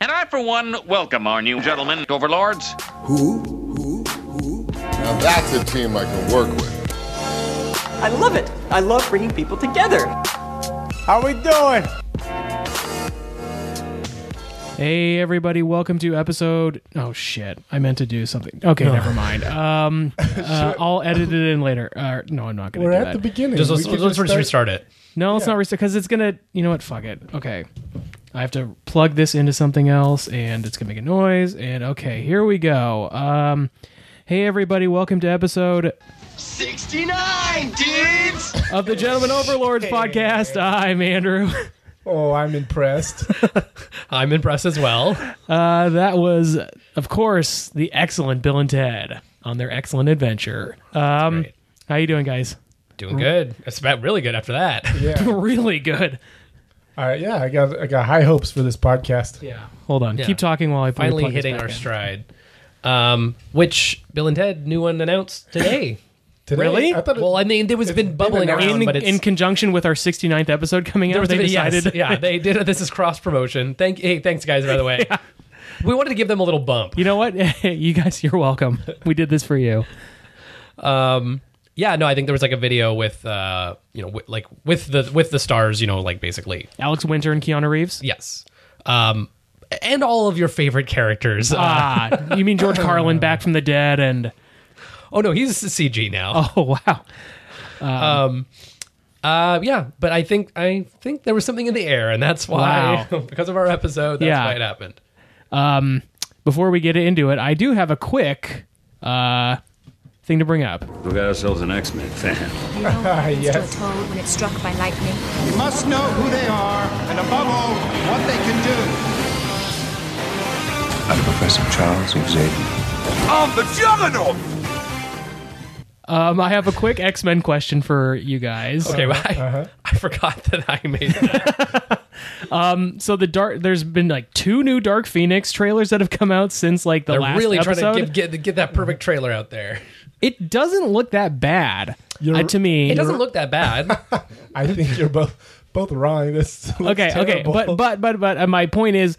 And I, for one, welcome our new gentlemen, overlords. Who? Who? Who? Now that's a team I can work with. I love it. I love bringing people together. How we doing? Hey everybody, welcome to episode. Oh shit, I meant to do something. Okay, never mind. Um, uh, I'll edit it in later. Uh, no, I'm not gonna. We're do at that. the beginning. Just let's, We could let's just start- restart it. No, let's not restart because it's gonna. You know what? Fuck it. Okay, I have to plug this into something else, and it's gonna make a noise. And okay, here we go. Um, hey everybody, welcome to episode 69, dudes! of the Gentleman Overlords podcast. I'm Andrew. Oh, I'm impressed. I'm impressed as well. Uh, that was, of course, the excellent Bill and Ted on their excellent adventure. Um, great. how you doing, guys? Doing good. It's about really good after that. Yeah. really good. Uh, yeah, I got I got high hopes for this podcast. Yeah. Hold on. Yeah. Keep talking while I play- Finally plug this hitting back our in. stride. Um, which Bill and Ted new one announced today. Today, Really? I thought it, well, I mean, it was been bubbling announced. around, In, but it's in conjunction with our 69th episode coming out, there was they a video- yes, decided. yeah, they did. This is cross promotion. Thank hey, thanks guys. By the way, we wanted to give them a little bump. You know what? you guys, you're welcome. We did this for you. um yeah no i think there was like a video with uh you know wi- like with the with the stars you know like basically Alex Winter and Keanu Reeves. yes um and all of your favorite characters uh, Ah, you mean George Carlin back from the dead and oh no he's cg now oh wow. uh yeah but i think i think there was something in the air and that's why because of our episode that's Yeah. why it happened Um before we get into it, I do have a quick uh thing to bring up. We got ourselves an X-Men fan. You know what happens Yes. to a toad when it's struck by lightning? You must know who they are, and above all, what they can do. I'm Professor Charles Xavier. Um I have a quick X-Men question for you guys. okay well, I, Uh-huh. I forgot that i made that So the dark there's been like two new Dark Phoenix trailers that have come out since like the they're last really episode. trying to give, get, get that perfect trailer out there It doesn't look that bad uh, to me. it doesn't look that bad I think you're both both wrong. This looks okay, okay, terrible. but but but but uh, my point is,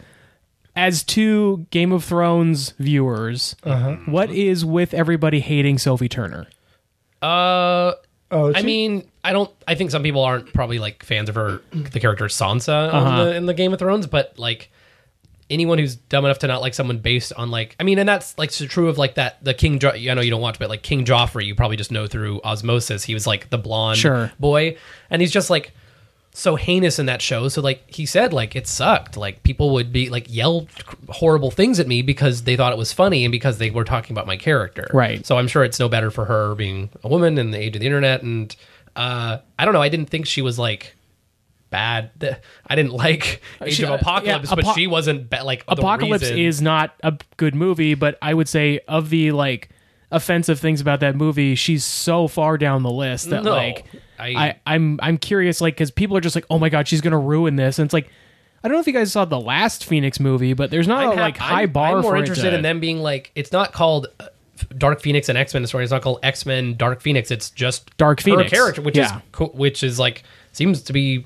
as two Game of Thrones viewers, Uh-huh. what is with everybody hating Sophie Turner? uh oh, I she- mean, I don't. I think some people aren't probably like fans of her, the character Sansa on the, in the Game of Thrones, but like anyone who's dumb enough to not like someone based on like, I mean, and that's like so true of like that the King. Jo- I know you don't watch, but like King Joffrey, you probably just know through osmosis. He was like the blonde Sure. boy, and he's just like so heinous in that show. So like he said, like it sucked. Like people would be like yell horrible things at me because they thought it was funny and because they were talking about my character. Right. So I'm sure it's no better for her being a woman in the age of the internet. And uh, I don't know. I didn't think she was like bad. Th- I didn't like Age Uh, She- of Apocalypse, yeah, but Apo- she wasn't ba- like the Apocalypse reason- is not a good movie, but I would say of the like offensive things about that movie, she's so far down the list that No. like I- I I'm I'm curious like because people are just like oh my god she's gonna ruin this and it's like. I don't know if you guys saw the last Phoenix movie, but there's not I'm a ha- Oh, like high I'm- bar I'm more for it interested to- in them being like it's not called uh, Dark Phoenix and X Men story. It's not called X Men Dark Phoenix. It's just Dark Phoenix. her character, which Yeah. is co- which is like seems to be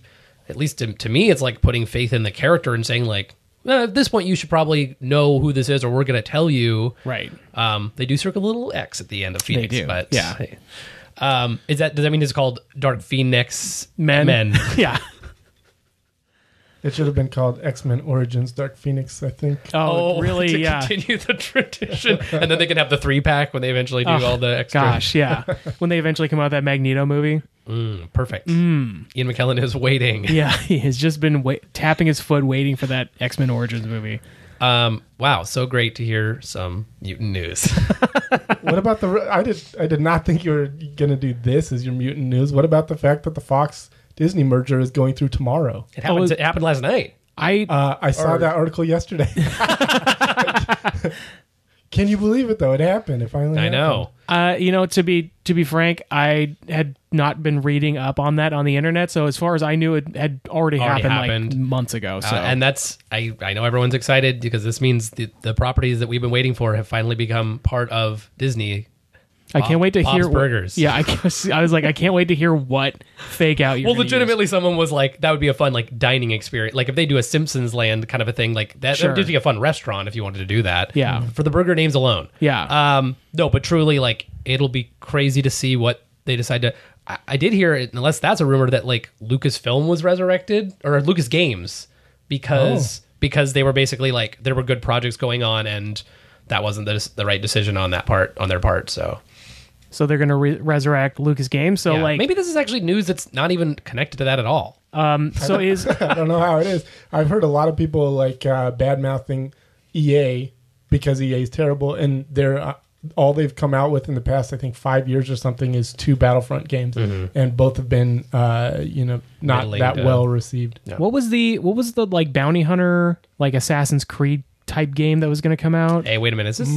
at least to, to me, it's like putting faith in the character and saying like. "Eh, at this point, you should probably know who this is, or we're going to tell you. Right. Um, they do circle a little X at the end of Phoenix, do, but yeah. Um, is that does that mean it's called Dark Phoenix men. Men. yeah. it should have been called X Men Origins Dark Phoenix. I think. Oh, Oh, really? To yeah. continue the tradition, and then they can have the three pack when they eventually do all the extra. Oh, Gosh, yeah. when they eventually come out with that Magneto movie. perfect. Ian McKellen is waiting. Yeah, he has just been wait- tapping his foot waiting for that X Men Origins movie. Um, wow, so great to hear some mutant news. what about the? I did. I did not think you were gonna do this as your mutant news. What about the fact that the Fox Disney merger is going through tomorrow? It happened. was- it happened last night. I Uh, I saw that article yesterday. Can you believe it though? It happened. It finally. I happened. know. Uh, you know, to be to be frank, I had not been reading up on that on the internet. So as far as I knew, it had already, Already happened, like happened. months ago. So Uh, and that's I. I know everyone's excited because this means the, the properties that we've been waiting for have finally become part of Disney. I can't wait to Bob's hear what- Burgers. Yeah, I, guess- I was like, I can't wait to hear what fake out. You're Well, gonna legitimately, someone was like, "That would be a fun like dining experience. Like if they do a Simpsons Land kind of a thing, like that, Sure. that would be a fun restaurant if you wanted to do that." Yeah. for the burger names alone. Yeah. Um. No, but truly, like it'll be crazy to see what they decide to. I, I did hear, it, unless that's a rumor that like Lucasfilm was resurrected or Lucas Games because because they were basically like there were good projects going on and that wasn't the, the right decision on that part on their part. So use. So they're gonna re- resurrect Lucas Games. So Yeah. like, maybe this is actually news that's not even connected to that at all. so is I don't know how it is. I've heard a lot of people like uh, bad mouthing EA because EA is terrible, and they're uh, all they've come out with in the past, I think five years or something, is two Battlefront games, and both have been uh, you know not Middling that to- well received. what was the what was the like bounty hunter like Assassin's Creed type game that was gonna come out? Hey, wait a minute. Is this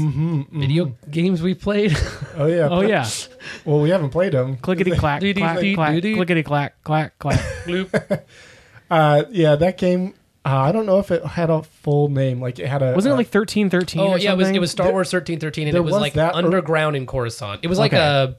video games we played? Oh yeah, Oh yeah, Well, we haven't played them. clickety clack, Doo-doo, clack, doo-doo, clack, doo-doo. clickety clack, clack, clack. Bloop. Uh, yeah, that game. Uh, I don't know if it had a full name. Like it had a. Wasn't it like thirteen thirteen? oh, or yeah. It was, it something? was Star Wars thirteen thirteen, and there it was, was like that or- underground in Coruscant. It was like Okay. a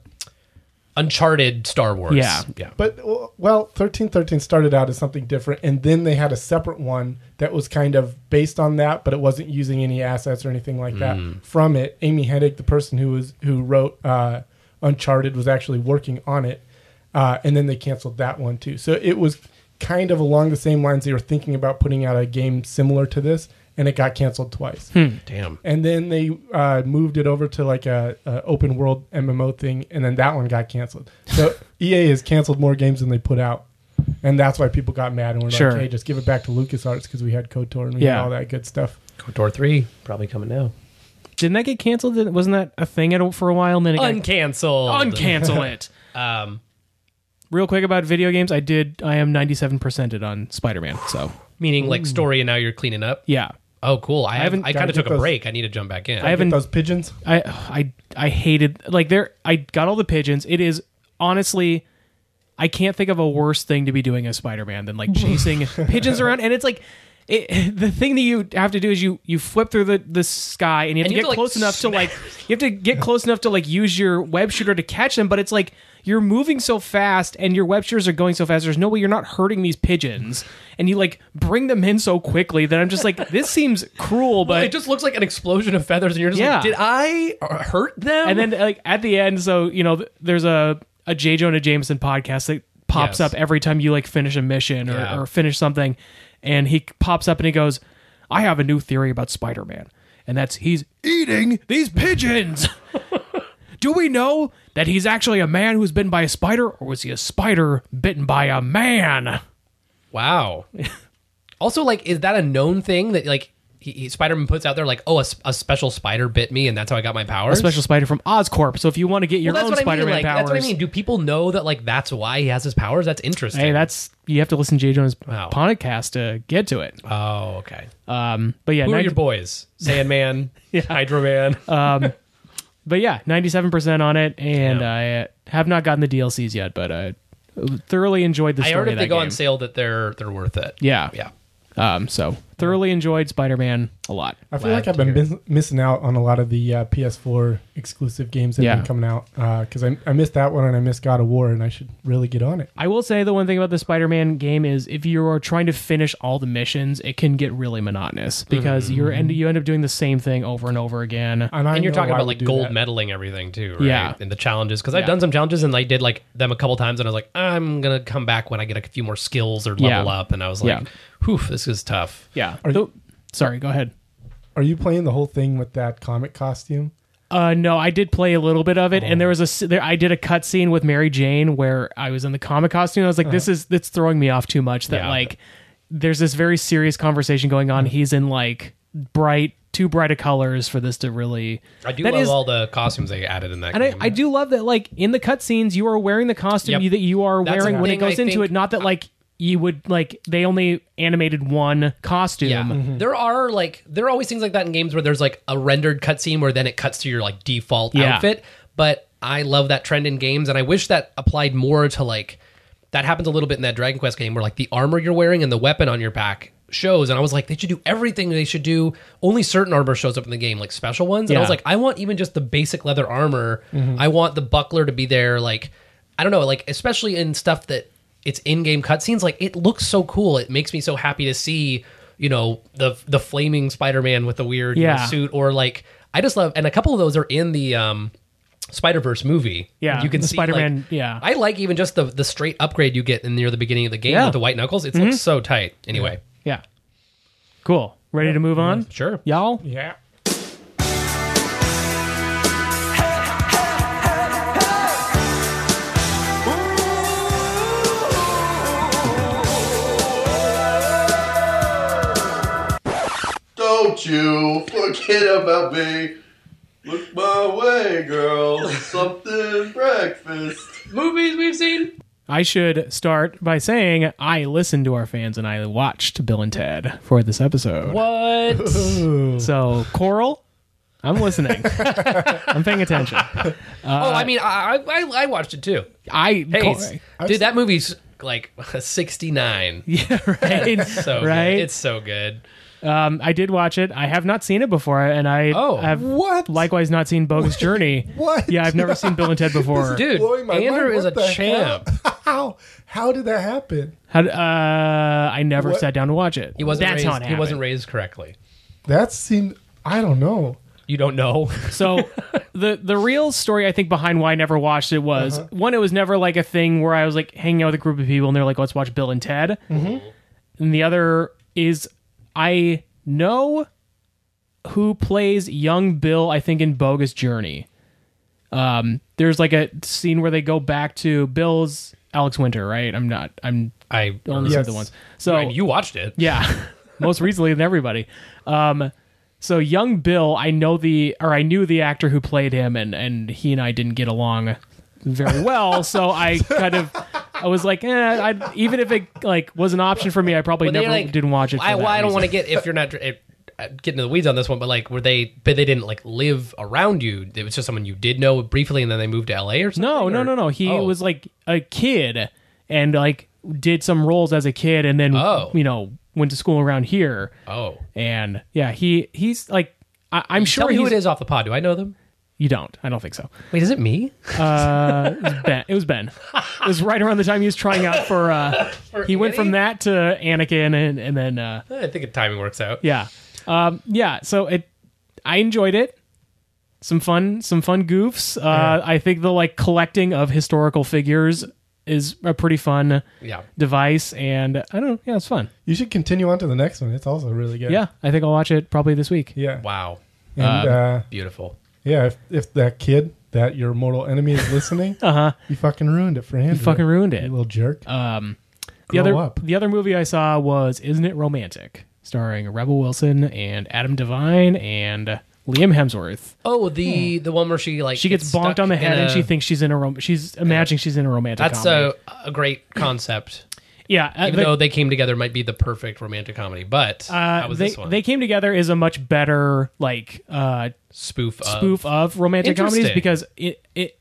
Uncharted Star Wars. Yeah. yeah. But well, thirteen thirteen started out as something different, and then they had a separate one that was kind of based on that, but it wasn't using any assets or anything like that from it. Amy Hennig, the person who was who wrote uh, Uncharted, was actually working on it, uh, and then they canceled that one too. So it was kind of along the same lines. They were thinking about putting out a game similar to this, and it got canceled twice Damn. and then they uh, moved it over to like a, a open world MMO thing, and then that one got canceled. So EA has canceled more games than they put out, and that's why people got mad and were Sure. like, "Hey, just give it back to LucasArts because we had KOTOR and we Yeah. had all that good stuff." Door three probably coming now. Didn't that get canceled? Didn't- Wasn't that a thing at, for a while? And then it got Uncanceled. uncancel it. Um, Real quick about video games, I did. I am ninety seven percented on Spider Man. So meaning like story, and now you're cleaning up. yeah, Oh, cool. I, haven't- haven't. I kind gotta of took get a those- break. I need to jump back in. I haven't. Those pigeons. I I I hated like there. I got all the pigeons. It is honestly, I can't think of a worse thing to be doing as Spider Man than like chasing pigeons around. And it's like. It, the thing that you have to do is you you flip through the, the sky and you have And to you get have to, like, close enough to like you have to get close enough to like use your web shooter to catch them but it's like you're moving so fast and your web shooters are going so fast there's no way you're not hurting these pigeons and you like bring them in so quickly that I'm just like this seems cruel but It just looks like an explosion of feathers, and you're just Yeah. like, did I hurt them? and then like at the end, so you know, th- there's a a J Jonah Jameson podcast that pops Yes. up every time you like finish a mission or, Yeah. or finish something, and he pops up and he goes, "I have a new theory about Spider Man, and that's he's eating these pigeons." Do we know that he's actually a man who's bitten by a spider, or was he a spider bitten by a man? Wow. also, like, is that a known thing that like he, he, Spider-Man puts out there, like, oh, a, s- a special spider bit me, and that's how I got my powers. A special spider from Oscorp. So if you want to get your Well, that's own what I Spider mean. Man Like, powers, that's what I mean. Do people know that like that's why he has his powers? That's interesting. hey, that's you have to listen to J Jonah's Wow. podcast to get to it. oh, okay. Uh, But yeah, Who are 90 your boys? Sandman, Hydro Man. Oh, but yeah, ninety-seven percent on it, and I have not gotten the DLCs yet, but I thoroughly enjoyed the I story. heard of if they that go game. on sale that they're they're worth it. Yeah, yeah. Um, so thoroughly enjoyed Spider-Man a lot. I feel Glad like to I've been hear mis- missing out on a lot of the uh, PS4 exclusive games that have Yeah. been coming out because I, I missed that one and I missed God of War and I should really get on it. I will say the one thing about the Spider-Man game is if you are trying to finish all the missions, it can get really monotonous because Mm-hmm. you're and you end up doing the same thing over and over again. I And you're know talking I about would like do gold that. medaling everything too, right? Yeah. And the challenges because Yeah. I've done some challenges and I did like them a couple times and I was like, I'm gonna come back when I get a few more skills or level Yeah. up, and I was like, Yeah. whew, this is tough. yeah. Are you- Sorry, go ahead. Are you playing the whole thing with that comic costume? Uh, no, I did play a little bit of it, Oh. and there was a s- there, I did a cutscene with Mary Jane where I was in the comic costume. I was like, this is that's throwing me off too much. That Uh-huh. Yeah. like, there's this very serious conversation going on. He's in like bright, too bright of colors for this to really. I do That love is- all the costumes they added in that. And I, game. I do love that like in the cutscenes you are wearing the costume Yep. that you are That's a wearing when it thing I goes into think- it. Not that like you would like they only animated one costume. Yeah, there are like there are always things like that in games where there's like a rendered cutscene where then it cuts to your like default Yeah. outfit. But I love that trend in games, and I wish that applied more to like that happens a little bit in that Dragon Quest game where like the armor you're wearing and the weapon on your back shows, and I was like, they should do everything they should do. Only certain armor shows up in the game, like special ones. And I Yeah. Mm-hmm. was like, I want even just the basic leather armor. I want the buckler to be there. Like, I don't know, like especially in stuff that it's in-game cutscenes. Like, it looks so cool. It makes me so happy to see. You know the the flaming Spider-Man with the weird you know, Yeah. suit, or like I just love, and a couple of those are in the um, Spider Verse movie. Yeah, you can the see, Spider-Man- like- yeah. I like even just the the straight upgrade you get in near the beginning of the game Yeah. Mm-hmm. with the white knuckles. It looks so tight. Anyway, Yeah. Cool. Ready to move on? sure. Y'all? Yeah. Don't you forget about me. Look my way, girl. Something breakfast. Movies we've seen. I should start by saying I listened to our fans and I watched Bill and Ted for this episode. What? So, Coral, I'm listening. I'm paying attention. Uh, oh, I mean, I, I- I I watched it too. I Hey, Cor- it's- dude, that movie's like sixty nine. yeah, right. So good. right. it's so good. Um, I did watch it. I have not seen it before, and I Oh. have What? likewise not seen Bogus Journey. What? Yeah, I've never seen Bill and Ted before. Dude, blowing my Andrew mind. is What a the hell? champ. How? How did that happen? How d- uh, I never What? sat down to watch it. He wasn't That's how raised. it he wasn't happened. raised correctly. That seemed. I don't know. You don't know. So the the real story I think behind why I never watched it was one, it was never like a thing where I was like hanging out with a group of people and they're like, let's watch Bill and Ted. And the other is I know who plays young Bill, I think, in Bogus Journey. Um, there's like a scene where they go back to Bill's Alex Winter, right? I'm not I'm I only said Yes. the ones. So and you watched it. yeah. Most recently than everybody. Um, so young Bill, I know the or I knew the actor who played him and and he and I didn't get along very well, so I kind of I was like, eh, I, even if it like was an option for me, I probably Well, they, never like- didn't watch it. For I, that well, I don't reason. want to get if you're not it, uh, getting to the weeds on this one, but like, were they? But they didn't like live around you. It was just someone you did know briefly, and then they moved to LA or something. No, no, or- no, no. He Oh. was like a kid and like did some roles as a kid and then Oh. you know went to school around here. Oh, And yeah, he he's like I, I'm sure tell me who it he's- is off the pod. Do I know them? You don't. I don't think so. Wait, is it me? Ben. Uh, It was Ben. It was right around the time he was trying out for. Uh, he went from that to Anakin, and and then uh, I think the timing works out. yeah, um, yeah. So it, I enjoyed it. Some fun, some fun goofs. Uh, I think the like collecting of historical figures is a pretty fun Yeah. device, and I don't. Yeah, it's fun. You should continue on to the next one. It's also really good. Yeah, I think I'll watch it probably this week. Yeah. Wow. And uh, Hmm. Beautiful. yeah, if, if that kid that your mortal enemy is listening, uh huh, you fucking ruined it for Andrew. You Fucking ruined it. you little jerk. the Grow other up. the other movie I saw was Isn't It Romantic, starring Rebel Wilson and Adam Devine and Liam Hemsworth. Oh, the the one where she like She gets bonked stuck on the in head and a- she thinks she's in a rom- she's imagining she's in a romantic. that's comedy. a, a great concept. yeah. uh, Even but, though they came together, might be the perfect romantic comedy. But uh, how was they this one? they came together is a much better like uh, spoof of- spoof of romantic comedies Interesting. because it it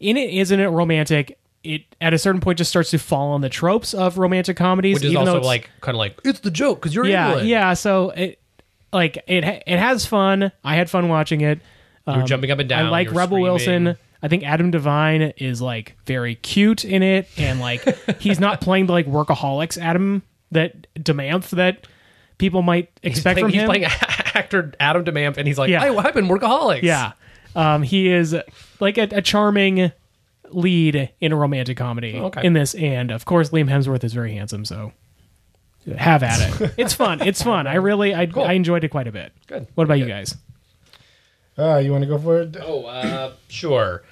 in it isn't it romantic. It at a certain point just starts to fall on the tropes of romantic comedies, which is even though also it's- like kind of like it's the joke because you're yeah England. yeah. So it like it ha- it has fun. I had fun watching it. You're jumping up and down. Um, I like you're Rebel screaming. Wilson. I think Adam Devine is like very cute in it, and like he's not playing the like workaholics Adam that Demanth that people might He's expect playing, from he's him. playing actor Adam DeMamp, and he's like, Yeah. "Hey, I've been workaholics." yeah, um, he is like a, a charming lead in a romantic comedy Oh, Okay. in this, and of course Liam Hemsworth is very handsome, so have at it. it's fun. It's fun. I really I, I enjoyed it quite a bit. Good. What about you guys? uh, you want to go for it? Oh, uh, sure.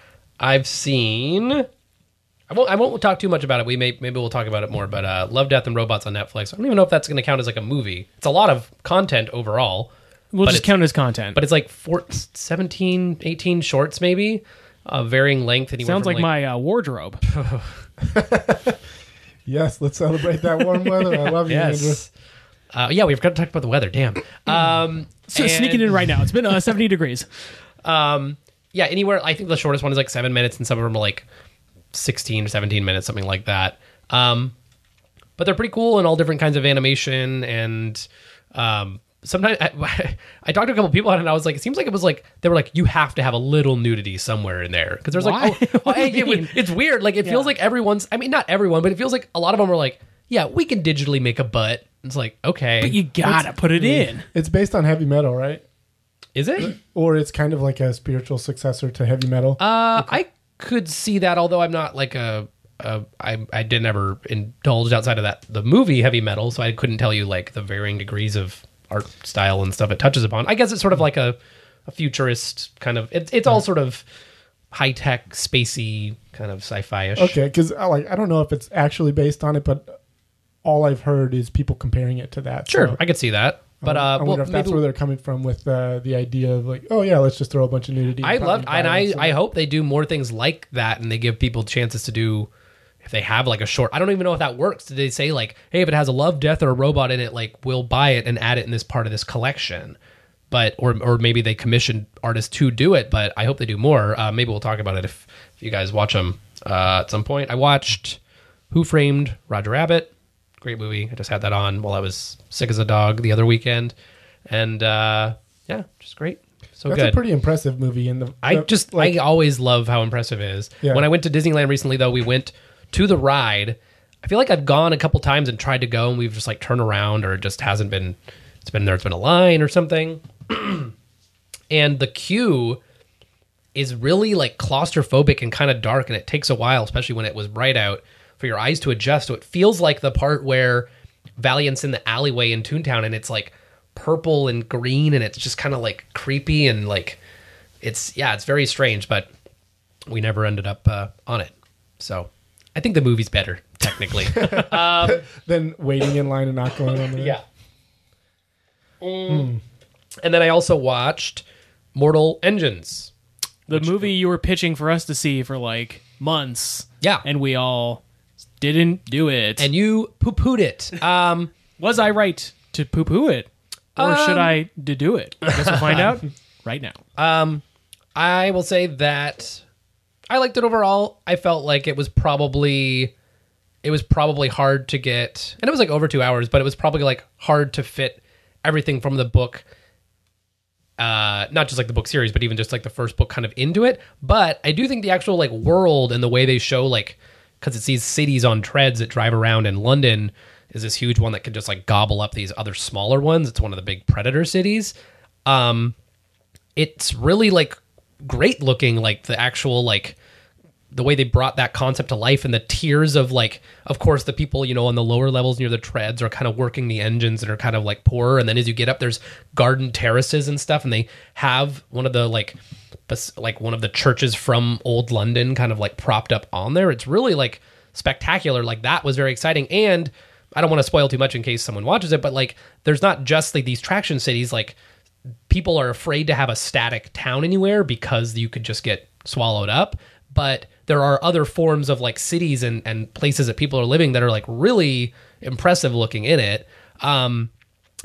I've seen. I won't. I won't talk too much about it. We may maybe we'll talk about it more. But uh, Love, Death, and Robots on Netflix. I don't even know if that's going to count as like a movie. It's a lot of content overall. We'll But just it's- count it as content. but it's like four, 17, 18 shorts maybe, of varying length. Anywhere sounds from, like my uh, wardrobe. Yes, let's celebrate that warm weather. I love you, Andrew. yes. Uh, yeah, we've got to talk about the weather. Damn. Um, So sneaking in and- right now. It's been uh, 70 degrees. yeah, anywhere. I think the shortest one is like seven minutes, and some of them are like 16 or 17 minutes, something like that. Um, but they're pretty cool and all different kinds of animation and um, sometimes I, I talked to a couple people about it and I was like, it seems like it was like they were like, you have to have a little nudity somewhere in there because there's Why? like, oh, What do I- you it would- mean? it's weird. Like it feels like everyone's. I mean, not everyone, but it feels like a lot of them are like, yeah, we can digitally make a butt. It's like okay, But you gotta put it in. It's based on heavy metal, right? is it? Or it's kind of like a spiritual successor to heavy metal. Uh, I could see that, although I'm not like a, a I I didn't ever indulge outside of that the movie heavy metal, so I couldn't tell you like the varying degrees of art style and stuff it touches upon. I guess it's sort Hmm. of like a, a futurist kind of. It's it's all sort of high tech, spacey kind of sci-fi ish. okay, because I like I don't know if it's actually based on it, but all I've heard is people comparing it to that. sure, so I could see that. But I uh, wonder well, if that's maybe- where they're coming from with uh, the idea of like, oh yeah, let's just throw a bunch of nudity. I loved, and I, violence in I it. hope they do more things like that, and they give people chances to do. If they have like a short, I don't even know if that works. Did they say like, hey, if it has a love, death, or a robot in it, like we'll buy it and add it in this part of this collection? But or or maybe they commissioned artists to do it. But I hope they do more. Uh, maybe we'll talk about it if, if you guys watch them uh, at some point. I watched Who Framed Roger Rabbit. Great movie. I just had that on while I was sick as a dog the other weekend, and uh, yeah, just great. So That's good. a pretty impressive movie. In the I the- just I always love how impressive it is. Yeah. When I went to Disneyland recently, though, we went to the ride. I feel like I've gone a couple times and tried to go, and we've just like turned around, or it just hasn't been. It's been there. It's been a line or something, and the queue is really like claustrophobic and kind of dark, and it takes a while, especially when it was bright out, for your eyes to adjust. So it feels like the part where Valiant's in the alleyway in Toontown, and it's like purple and green, and it's just kind of like creepy and like it's yeah, it's very strange, but we never ended up uh, on it. So I think the movie's better technically. then waiting in line and not going on there. yeah. Mm. And then I also watched Mortal Engines. The movie you were pitching for us to see for like months. Yeah. And we all didn't do it. And you poo pooed it. Um, was I right to poo poo it? Or should Um, I to do it? I guess we'll find out right now. I will say that I liked it overall. I felt like it was probably it was probably hard to get and it was like over 2 hours, but it was probably like hard to fit everything from the book uh not just like the book series, but even just like the first book kind of into it. But I do think the actual like world and the way they show like cuz it's these cities on treads that drive around in London is this huge one that can just like gobble up these other smaller ones. It's one of the big predator cities. Um it's really like great looking like the actual like the way they brought that concept to life and the tiers of like of course the people you know on the lower levels near the treads are kind of working the engines and are kind of like poorer and then as you get up there's garden terraces and stuff and they have one of the like bas- like one of the churches from old london kind of like propped up on there it's really like spectacular like that was very exciting and i don't want to spoil too much in case someone watches it but like there's not just like these traction cities like people are afraid to have a static town anywhere because you could just get swallowed up. But there are other forms of like cities and, and places that people are living that are like really impressive looking in it. Um,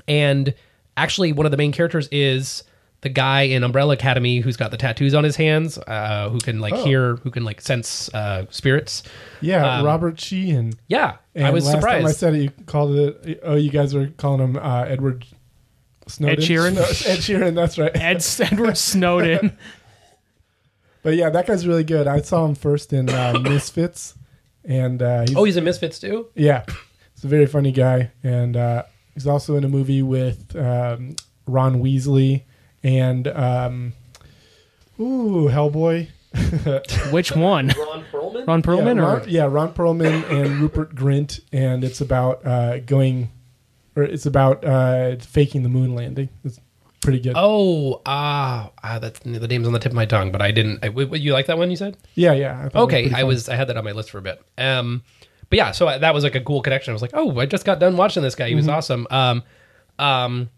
and actually, one of the main characters is the guy in Umbrella Academy who's got the tattoos on his hands, uh, who can like Oh. hear, who can like sense uh, spirits. yeah. Robert Sheehan. Yeah, And um, I was last surprised. Time I said it, you called it. Oh, you guys are calling him uh, Edward Snowden. Ed Sheeran? No, Ed Sheeran. That's right. Ed Edward Snowden. But yeah, that guy's really good. I saw him first in uh, Misfits, and uh, he's, oh, he's a Misfits too. yeah, he's a very funny guy, and uh, he's also in a movie with um, Ron Weasley and um, ooh Hellboy. Which one? Ron Perlman. Ron Perlman yeah, or Ron, yeah, Ron Perlman and Rupert Grint, and it's about uh, going, or it's about uh, faking the moon landing. It's pretty good. Oh, ah, ah, that's the name's on the tip of my tongue, but I didn't. I, w- w- you like that one? You said Yeah, yeah. I thought it okay. pretty I funny. was, I had that on my list for a bit. Um, but yeah, so I, that was like a cool connection. I was like, oh, I just got done watching this guy. He was Mm-hmm. awesome. Um, um,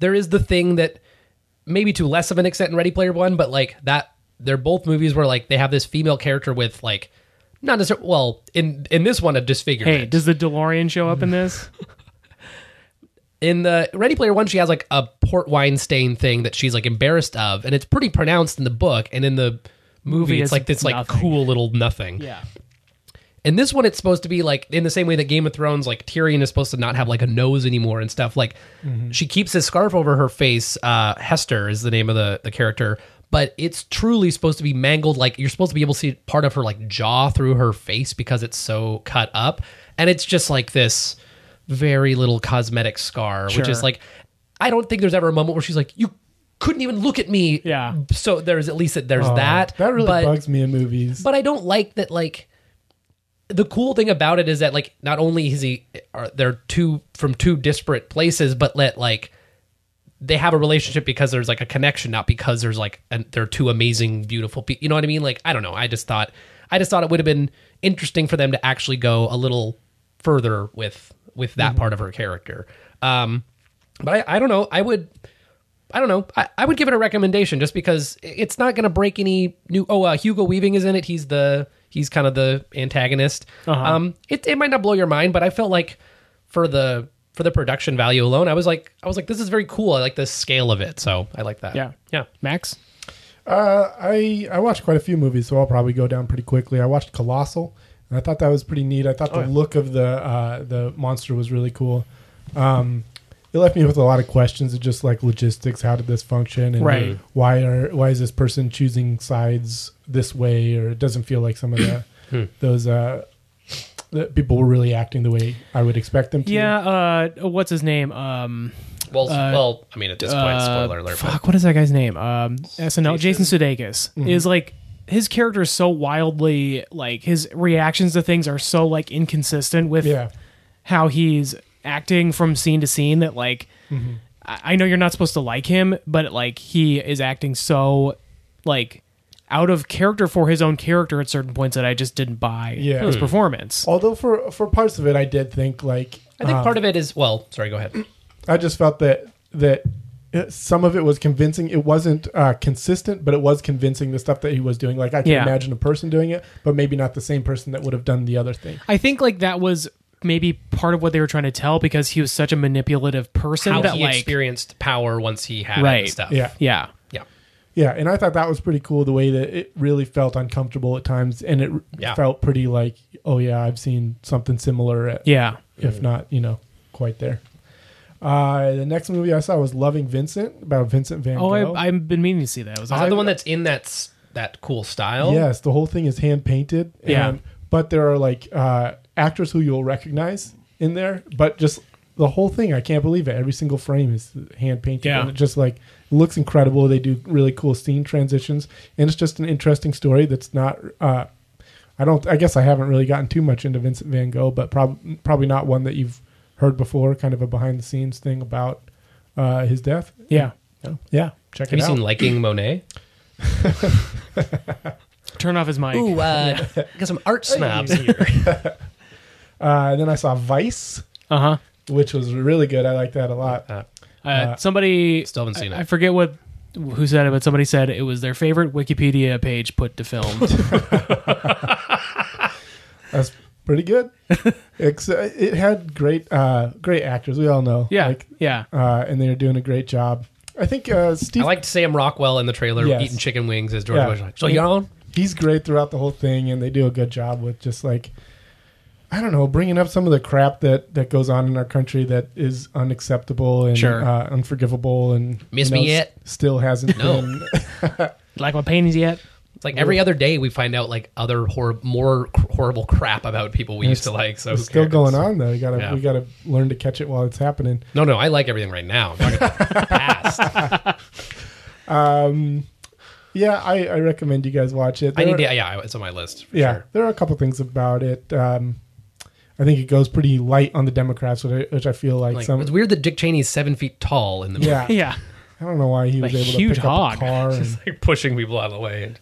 there is the thing that maybe to less of an extent in Ready Player One, but like that, they're both movies where like they have this female character with like not necessarily. Well, in in this one, a disfigurement. Hey, does the DeLorean show up in this? in the Ready Player One, she has like a port wine stain thing that she's like embarrassed of, and it's pretty pronounced in the book. And in the movie, Movie it's is like this like nothing. cool little nothing. Yeah. And And this one, it's supposed to be like in the same way that Game of Thrones, like Tyrion is supposed to not have like a nose anymore and stuff. Like Mm-hmm. she keeps this scarf over her face. Uh, Hester is the name of the, the character, but it's truly supposed to be mangled. Like you're supposed to be able to see part of her like jaw through her face because it's so cut up. And it's just like this very little cosmetic scar, which is Sure. like, I don't think there's ever a moment where she's like, you couldn't even look at me. Yeah. So there's at least that there's that. Oh, That really but, bugs me in movies. but I don't like that. Like the cool thing about it is that like not only is he are they're two from two disparate places, but let like they have a relationship because there's like a connection, not because there's like an, they're two amazing, beautiful people. You know what I mean? Like I don't know. I just thought I just thought it would have been interesting for them to actually go a little further with with that part of her character. Um, but I, I don't know. I would. I don't know. I, I would give it a recommendation just because it's not going to break any new. Oh, uh, Hugo Weaving is in it. He's the he's kind of the antagonist. Uh-huh. Um, it it might not blow your mind, but I felt like for the for the production value alone, I was like I was like this is very cool. I like the scale of it, so I like that. Yeah. yeah. Max? Uh, I I watched quite a few movies, so I'll probably go down pretty quickly. I watched Colossal, and I thought that was pretty neat. I thought Oh, the look of the uh, the monster was really cool. Um, it left me with a lot of questions of just like logistics. How did this function? And Right. Why are why is this person choosing sides this way? Or it doesn't feel like some of Hmm. the those uh, the people were really acting the way I would expect them to. Yeah, uh, what's his name? Um, Well, well, I mean at this point, uh, spoiler alert. but- fuck, what is that guy's name? Um, SNL, Jason Sudeikis Mm-hmm. is like his character is so wildly like his reactions to things are so like inconsistent with Yeah. how he's acting from scene to scene that like Mm-hmm. I, I know you're not supposed to like him, but like he is acting so like out of character for his own character at certain points that I just didn't buy Yeah. his Hmm. performance. Although for for parts of it, I did think like I think Um, part of it is well. Sorry, go ahead. I just felt that that uh, some of it was convincing. It wasn't uh, consistent, but it was convincing the stuff that he was doing. Like I can Yeah. imagine a person doing it, but maybe not the same person that would have done the other thing. I think like that was maybe part of what they were trying to tell because he was such a manipulative person How that he like experienced power once he had it Right. and stuff. Yeah, yeah yeah. yeah. And I thought that was pretty cool. The way that it really felt uncomfortable at times, and it r- Yeah. felt pretty like, oh yeah, I've seen something similar. At, yeah if not, you know, quite there. Uh, the next movie I saw was Loving Vincent about Vincent Van Gogh. oh I, I've been meaning to see that was Is that that the one that's in that s- that cool style? Yes, the whole thing is hand painted. Yeah. but there are like uh, actors who you'll recognize in there, but just the whole thing, I can't believe it. Every single frame is hand painted. Yeah. And it just like looks incredible. They do really cool scene transitions, and it's just an interesting story that's not. Uh, I don't. I guess I haven't really gotten too much into Vincent Van Gogh, but prob- probably not one that you've heard before. Kind of a behind the scenes thing about uh, his death. yeah Yeah, check Have it you out. seen Liking Monet? turn off his mic Ooh, uh, got some art snobs here. uh, then I saw Vice, uh-huh which was really good. I like that a lot. uh somebody Still haven't seen I, it. I forget what who said it but somebody said it was their favorite Wikipedia page put to film That's pretty good. Ex- it had great, uh, great actors. We all know. yeah Like, yeah uh, and they're doing a great job. I think uh, Steve. I liked Sam Rockwell in the trailer Yes. eating chicken wings as George Yeah. Washington. So you on? he's great throughout the whole thing, and they do a good job with just like, I don't know, bringing up some of the crap that that goes on in our country that is unacceptable and Sure. uh, unforgivable and Miss you know, me s- yet? Still hasn't No. been. like my paintings yet It's like every other day we find out like other hor- more c- horrible crap about people we used to like. So It's who still cares? going on though. You gotta Yeah. we gotta learn to catch it while it's happening. No, no, I like everything right now. I'm talking about the past. Yeah, I, I recommend you guys watch it. I There need are- to. Yeah, it's on my list. For yeah, sure. there are a couple things about it. Um, I think it goes pretty light on the Democrats, which I, which I feel like, Like, some. it's weird that Dick Cheney's seven feet tall in the movie. Yeah, yeah I don't know why he was Like able huge to pick hog. up a car, and- Like pushing people out of the way. And,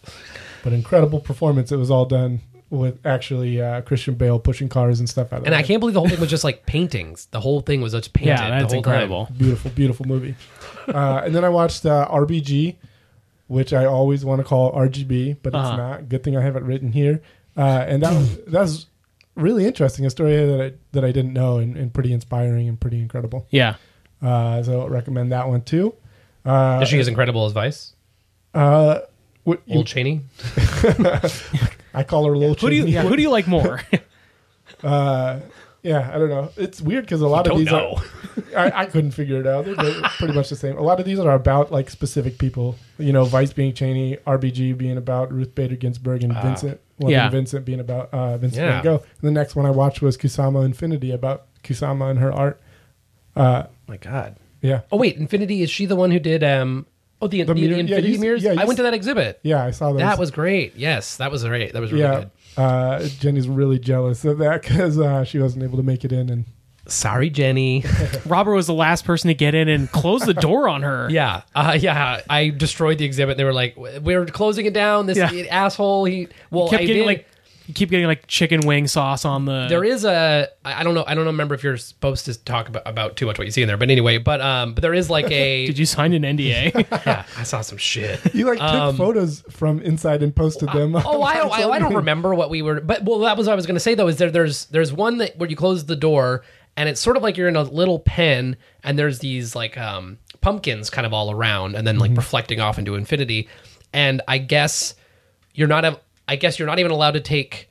but incredible performance. It was all done with actually uh, Christian Bale pushing cars and stuff out of and the I way. can't believe the whole thing was just like paintings. The whole thing was just painted. yeah that's the whole time. incredible Beautiful, beautiful movie. uh, and then I watched uh, RBG, which I always want to call RGB, but Uh-huh. it's not. Good thing I have it written here. Uh, and that was that's really interesting. A story that I that I didn't know, and, and pretty inspiring and pretty incredible. yeah Uh, so I recommend that one too. Is she as incredible as Vice? What, you, Old Cheney. I call her Lil who do you Cheney. who do you like more Uh, yeah, I don't know. It's weird because a lot of Don't these know. are. I, I couldn't figure it out. They're both pretty much the same. A lot of these are about like specific people. You know, Vice being Cheney, RBG being about Ruth Bader Ginsburg, and Vincent. One Yeah. yeah. Vincent being about uh, Vincent Yeah. Van Gogh. And the next one I watched was Kusama Infinity about Kusama and her art. My God. Yeah, Oh wait, Infinity is she the one who did? um Oh, the, the, meteor- yeah, Infinity you s- mirrors. yeah, you I went s- to that exhibit. yeah, I saw those. That was great. Yes, that was great. That was really yeah. good. Uh, Jenny's really jealous of that because uh, she wasn't able to make it in, and Sorry, Jenny. Robert was the last person to get in and close the door on her. yeah, uh, yeah. I destroyed the exhibit. They were like, "We're closing it down." This Yeah. asshole. He well, kept I getting did- like you keep getting like chicken wing sauce on the there is a I I don't know I don't remember if you're supposed to talk about, about too much what you see in there, but anyway, but um, but there is like a did you sign an NDA? yeah, I saw some shit. you like took photos from inside and posted them. Oh, Um, I don't, I, I don't remember what we were, but well, that was what I was going to say though. Is there there's there's one that where you close the door and it's sort of like you're in a little pen and there's these like um, pumpkins kind of all around and then like reflecting off into infinity, and I guess you're not a- I guess you're not even allowed to take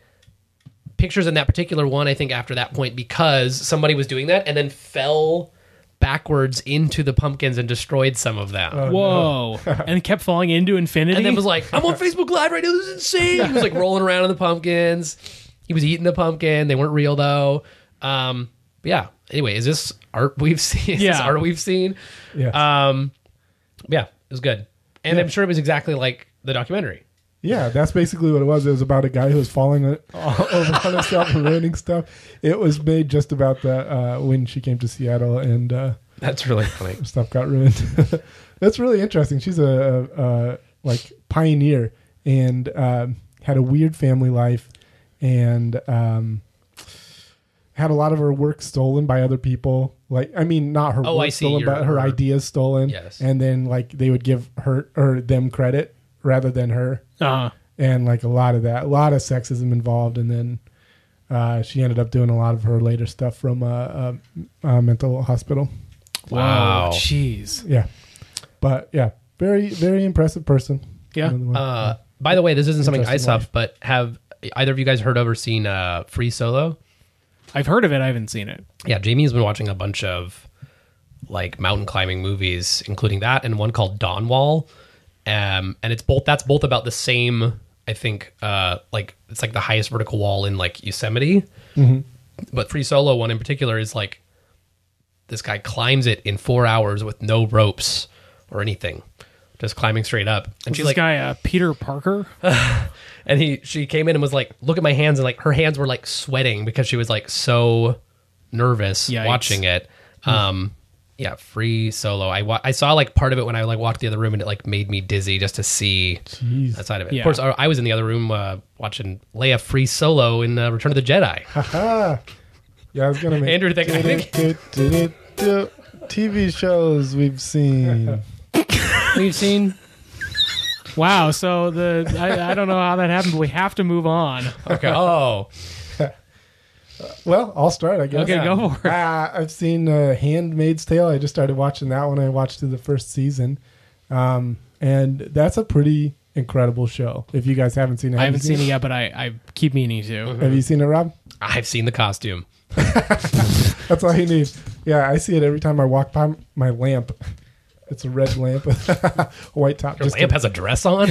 pictures in that particular one. I think after that point because somebody was doing that and then fell backwards into the pumpkins and destroyed some of them. Whoa! and kept falling into infinity. And then was like, I'm on Facebook Live right now. This is insane. He was like rolling around in the pumpkins. He was eating the pumpkin. They weren't real though. Um, but yeah. Anyway, is this art we've seen? Is this Yeah. art we've seen? Yes. Um, yeah, it was good. And I'm sure it was exactly like the documentary. Yeah, that's basically what it was. It was about a guy who was falling o- over on himself and ruining stuff. It was made just about the uh, when she came to Seattle and uh, That's really funny. stuff got ruined. that's really interesting. She's a, a, a like pioneer and um, had a weird family life and um, had a lot of her work stolen by other people. Like, I mean, not her Oh, work I see, stolen, your- but her, her- ideas stolen. Yes. and then like they would give her or them credit rather than her uh, and like a lot of that, a lot of sexism involved, and then uh, she ended up doing a lot of her later stuff from a, uh uh mental hospital. Wow. Oh, Jeez. Yeah, but yeah, very very impressive person. Yeah. Another one. Uh, by the way, this isn't something I Interesting saw, life. but have either of you guys heard of or seen uh, Free Solo? I've heard of it. I haven't seen it. Yeah, Jamie's been watching a bunch of like mountain climbing movies, including that and one called Dawn Wall. Um, and it's both that's both about the same, I think, uh, like it's like the highest vertical wall in like Yosemite. But Free Solo one in particular is like this guy climbs it in four hours with no ropes or anything, just climbing straight up. And Is she's this like, guy uh, Peter Parker? and he she came in and was like, "Look at my hands," and like her hands were like sweating because she was like so nervous Yikes. watching it. Um, yeah, free solo. I wa- I saw like part of it when I like walked the other room and it like made me dizzy just to see that side of it. Yeah. Of course, I, I was in the other room uh, watching Leia free solo in uh, Return of the Jedi. yeah, I was gonna make Andrew, thank- I think- TV shows we've seen. We've seen. wow. So the I, I don't know how that happened, but we have to move on. Okay. Oh, Well, I'll start. I guess. Okay, go for it. Uh, I've seen uh, *Handmaid's Tale*. I just started watching that one. I watched through the first season, um, and that's a pretty incredible show. If you guys haven't seen it, I have you haven't seen it yet, but I, I keep meaning Mm-hmm. to. Have you seen it, Rob? I've seen the costume. That's all he needs. Yeah, I see it every time I walk by my lamp. It's a red lamp, a white top. Your just lamp has a dress on.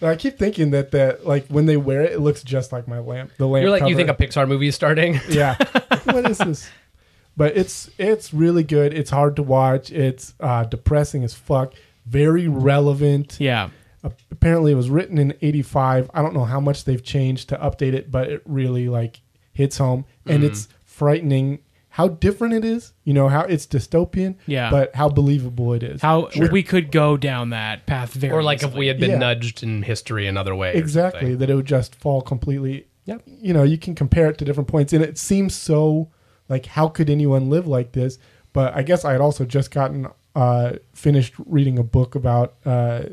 I keep thinking that that like when they wear it, it looks just like my lamp. The lamp. You're like you cover. think a Pixar movie is starting. yeah. what is this? But it's it's really good. It's hard to watch. It's uh, depressing as fuck. Very relevant. Yeah. Apparently, it was written in '85. I don't know how much they've changed to update it, but it really like hits home, and Mm. it's frightening how different it is. You know how it's dystopian, Yeah. but how believable it is. How we could go down that path very Or like if easily. we had been Yeah. nudged in history another way. or exactly something. that it would just fall completely Yep. you know you can compare it to different points and it seems so like how could anyone live like this but i guess i had also just gotten uh finished reading a book about uh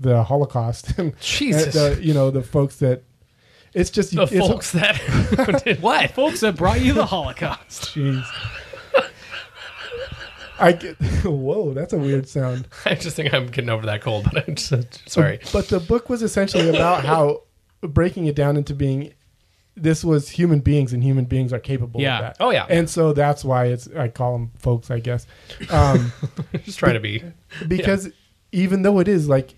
the holocaust and Jesus. the, you know the folks that it's just the it's- folks that did what? folks that brought you the Holocaust. jeez i get whoa that's a weird sound I just think I'm getting over that cold, but I'm just, sorry. But the book was essentially about how breaking it down into being this was human beings, and human beings are capable Yeah. of that. Oh, yeah. and so that's why it's I call them folks, I guess, um, Just trying to be. because even though it is like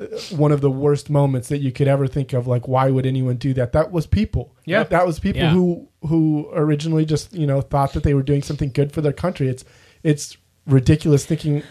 uh, one of the worst moments that you could ever think of, like why would anyone do that? That was people. Yeah. that was people Yeah. who who originally just you know thought that they were doing something good for their country. It's it's ridiculous thinking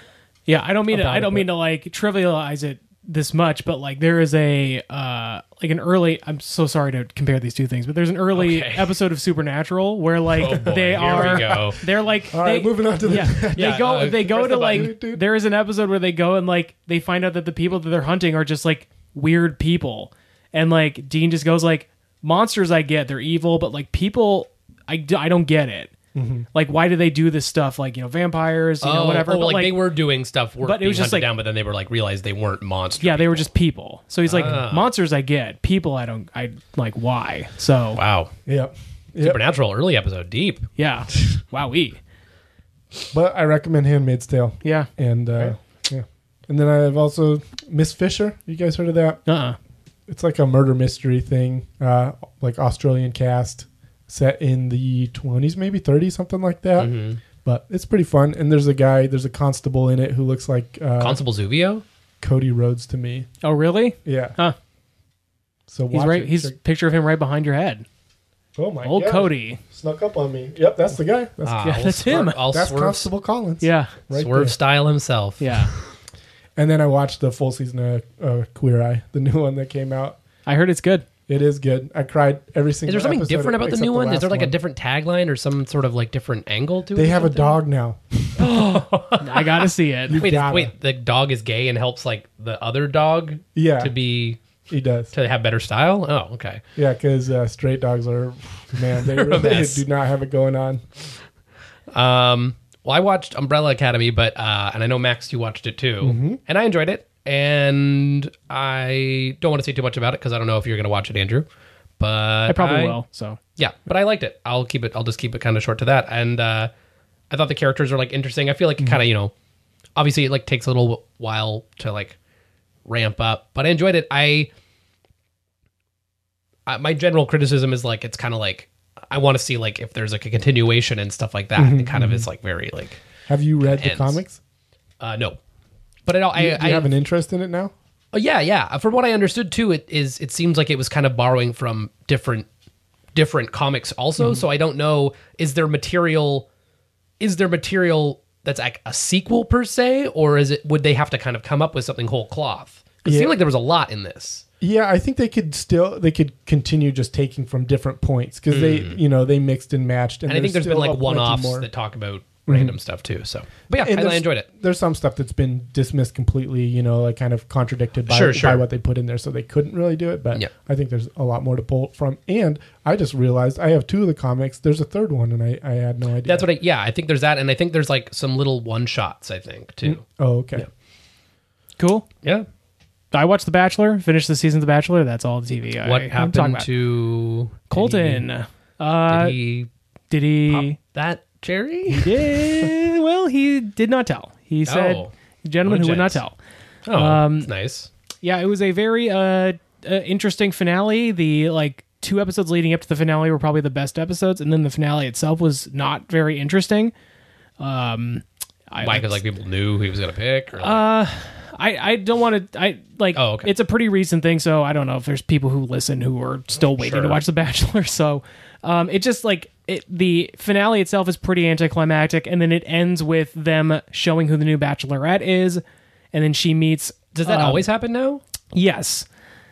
Yeah, I don't mean to, about I it, don't but- mean to like trivialize it this much, but like there is a uh like an early I'm so sorry to compare these two things, but there's an early Okay. episode of Supernatural where like Oh, boy. they Here we are go. they're like All they, right, moving on to the- yeah, Yeah, they go uh, they go press to the button. like there is an episode where they go and like they find out that the people that they're hunting are just like weird people and like Dean just goes like monsters I get they're evil but like people I, d- I don't get it. Mm-hmm. Like, why do they do this stuff? Like, you know, vampires, you know, Oh, whatever. oh, but, like, they were doing stuff, were but it being was just hunted like- down, but then they were like realized they weren't monsters. yeah, they were just people. So he's like, Ah. monsters I get, people I don't, I like, why? So, Wow. yeah. Yep. Supernatural early episode, deep. yeah. Wowee. But I recommend Handmaid's Tale. Yeah. And uh, yeah. And then I've also Miss Fisher. You guys heard of that? Uh uh It's like a murder mystery thing, uh, like Australian cast, set in the twenties, maybe thirties, something like that. Mm-hmm. But it's pretty fun. And there's a guy, there's a constable in it who looks like uh, Constable Zuvio? Cody Rhodes to me. Oh, really? Yeah. Huh. So He's watch right. it. He's picture of him right behind your head. oh my Old gosh. Cody. snuck up on me. Yep, that's the guy. That's, Ah, Yeah, I'll that's him. swerve- I'll that's swerve, Constable Collins. Yeah. right swerve there. style himself. Yeah. And then I watched the full season of uh, Queer Eye, the new one that came out. I heard it's good. It is good. I cried every single. Is there something episode different about the except new one? Is last there like a one. different tagline or some sort of like different angle to it? They or have a something? dog now. I got to see it. Wait, gotta. wait, the dog is gay and helps like the other dog Yeah, to be he does. to have better style? Oh, okay. Yeah, because uh, straight dogs are man. They really mess. do not have it going on. Um, well, I watched Umbrella Academy, but uh, and I know Max, you watched it too, Mm-hmm. and I enjoyed it. And I don't want to say too much about it because I don't know if you're going to watch it, Andrew. But I probably will. So, Yeah, but I liked it. I'll keep it. I'll just keep it kind of short to that. And uh, I thought the characters are like interesting. I feel like it Mm-hmm. kind of you know, obviously it like takes a little while to like ramp up, but I enjoyed it. I, I my general criticism is like it's kind of like I want to see like if there's like a continuation and stuff like that. Mm-hmm, it kind of is like very like Have you read the Ends. comics? uh, no, but it all I, Do you I have an interest in it now? Oh yeah, yeah. From what I understood too, it is it seems like it was kind of borrowing from different different comics also. So I don't know is there material is there material that's like a sequel per se, or is it would they have to kind of come up with something whole cloth? 'Cause It Yeah. seemed like there was a lot in this. Yeah, I think they could still they could continue just taking from different points because they you know they mixed and matched. And, Hmm. And I think there's been still a like plenty one offs more. that talk about random stuff too. So but yeah, And I, I there's- enjoyed it. There's some stuff that's been dismissed completely, you know, like kind of contradicted by, Sure, by sure. what they put in there, so they couldn't really do it. But Yeah. I think there's a lot more to pull from. And I just realized I have two of the comics. There's a third one, and I, I had no idea. That's what I yeah, I think there's that and I think there's like some little one shots, I think, too. Oh, okay. cool. Yeah. I watched The Bachelor, finished the season of The Bachelor. That's all the TV. I- What I'm talking happened about. to Colton? Did Uh, he, did he? that cherry? yeah, well, he did not tell. He said, Oh. gentleman who would not Rejects. tell. Oh, Um, that's nice. yeah, it was a very uh, uh interesting finale. The like two episodes leading up to the finale were probably the best episodes, and then the finale itself was not very interesting. Um, I Why? Because like people knew who he was gonna pick. Or, like, Uh, I, I don't want to. I like. Oh, okay. It's a pretty recent thing, so I don't know if there's people who listen who are still waiting to Sure. watch The Bachelor. So, um, it just like it, the finale itself is pretty anticlimactic, and then it ends with them showing who the new Bachelorette is, and then she meets. does that um, always happen now? Yes.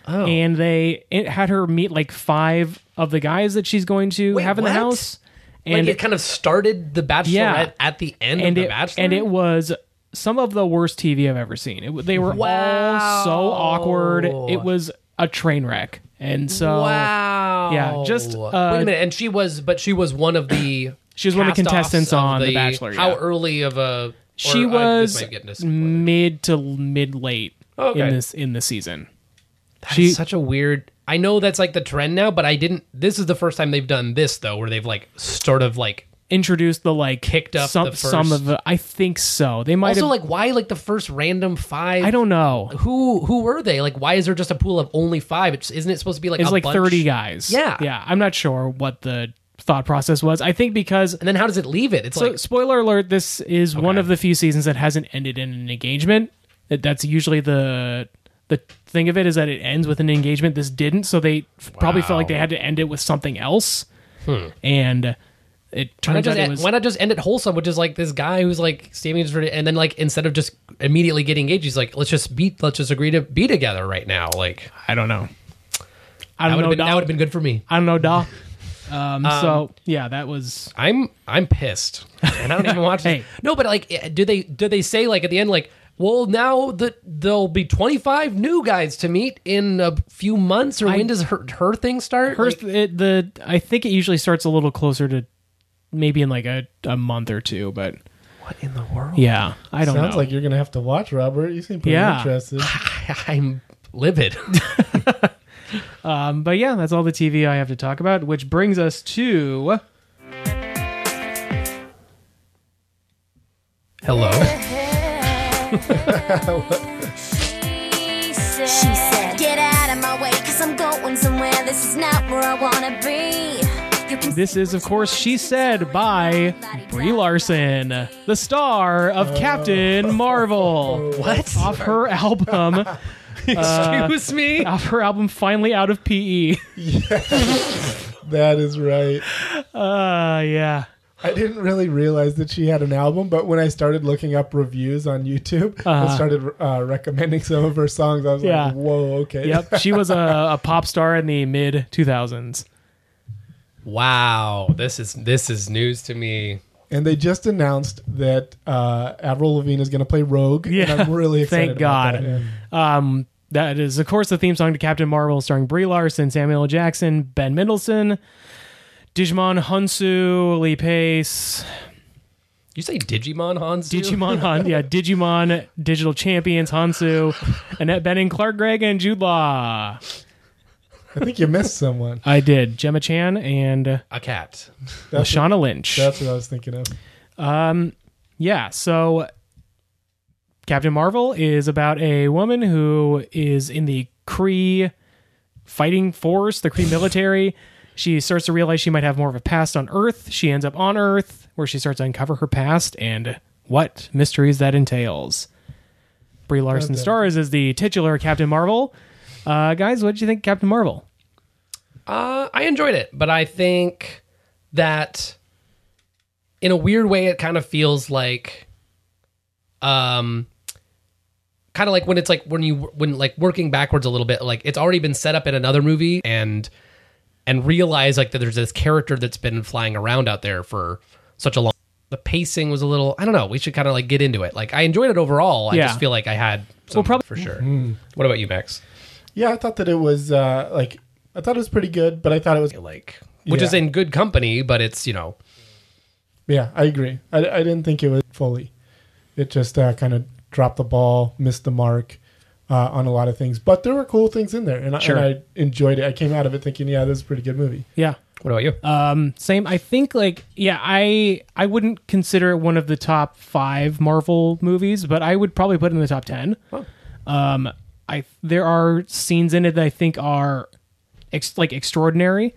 Oh, and they it had her meet like five of the guys that she's going to Wait, have in what? the house, and and it kind of started the Bachelorette Yeah. at the end and of the it Bachelor, and it was some of the worst TV I've ever seen. It, they were all so awkward. It was a train wreck, and so wow, yeah, just, uh, wait a minute. And she was, but she was one of the She was one of the cast-offs contestants of on The Bachelor, How yeah. early of a she or, uh, this was mm, might get dis- mid to mid late Okay. in this in the season. That she- is such a weird. I know that's like the trend now, but I didn't. This is the first time they've done this though, where they've like sort of like introduced the like Picked up some the first- some of the. I think so. They might also, have. like, why like the first random five? I don't know. Who who were they? Like, why is there just a pool of only five? It's, isn't it supposed to be like It's a like bunch? thirty guys. Yeah. yeah. I'm not sure what the thought process was. I think because And then how does it leave it? It's So, like spoiler alert: This is one of the few seasons that hasn't ended in an engagement. That- That's usually the the thing of it is that it ends with an engagement. This didn't, so they f- probably felt like they had to end it with something else. Hmm. And it Why not, turns out just it end, was why not just end it wholesome, which is like this guy who's like standing for, and then like instead of just immediately getting engaged, he's like, let's just be, let's just agree to be together right now. Like I don't know. I don't that would know. have been, da. that would've been good for me. I don't know. Da. Um, so yeah, that was I'm I'm pissed, and I don't even watch. Hey. this. No, but like, eh, do they do they say like at the end like, well, now that there'll be 25 new guys to meet in a few months, or when does her her thing start? her. Like, it, the I think it usually starts a little closer to maybe in like a, a month or two, but what in the world? yeah, I don't Sounds know. like you're gonna have to watch Robert. You seem pretty Yeah. interested. I'm livid. But yeah, that's all the TV I have to talk about, which brings us to Hello. She said, Get out of my way, cause I'm going somewhere. This is not where I wanna be. You can This is, of course, She Said by Brie Larson, the star of Captain Marvel. Uh, What? Off her album, uh, Excuse me. off her album, finally out of E. PE. That is right. Uh, yeah. I didn't really realize that she had an album, but when I started looking up reviews on YouTube and started uh, recommending some of her songs, I was Uh-huh. Yeah. like, "Whoa, okay." Yep. She was a, a pop star in the mid 2000s. Wow, this is this is news to me. And they just announced that uh, Avril Lavigne is going to play Rogue. and I'm really excited. Thank about God. that, yeah. Um, that is, of course, the theme song to Captain Marvel, starring Brie Larson, Samuel L. Jackson, Ben Mendelsohn, Digimon Hunsu, Lee Pace, You say Digimon Hans? Digimon Han, yeah, Digimon Digital Champions Hansu, Annette Bening, Clark Gregg, and Jude Law. I think you missed someone. I did Gemma Chan and uh, A cat. Shauna Lynch. That's what I was thinking of. Yeah, so Captain Marvel is about a woman who is in the Kree fighting force, the Kree military. She starts to realize she might have more of a past on Earth. She ends up on Earth, where she starts to uncover her past and what mysteries that entails. Brie Larson stars as the titular Captain Marvel. Uh, guys, what did you think, of Captain Marvel? Uh, I enjoyed it, but I think that in a weird way, it kind of feels like, um, kind of like when it's like when you when like working backwards a little bit, like it's already been set up in another movie, and and realize like that there's this character that's been flying around out there for such a long. The pacing was a little. I don't know. We should kind of like get into it. Like I enjoyed it overall. I Yeah. just feel like I had. Some, probably- for sure. What about you, Max? Yeah, I thought that it was uh, like I thought it was pretty good, but I thought it was Like, which Yeah. is in good company, but it's you know Yeah, I agree. I, I didn't think it was fully. It just uh, kind of dropped the ball, missed the mark uh, on a lot of things. But there were cool things in there, and, I Sure. and I enjoyed it. I came out of it thinking, yeah, this is a pretty good movie. Yeah, What about you? same i think like yeah i i wouldn't consider it one of the top five marvel movies but i would probably put it in the top 10 um i there are scenes in it that i think are ex- like extraordinary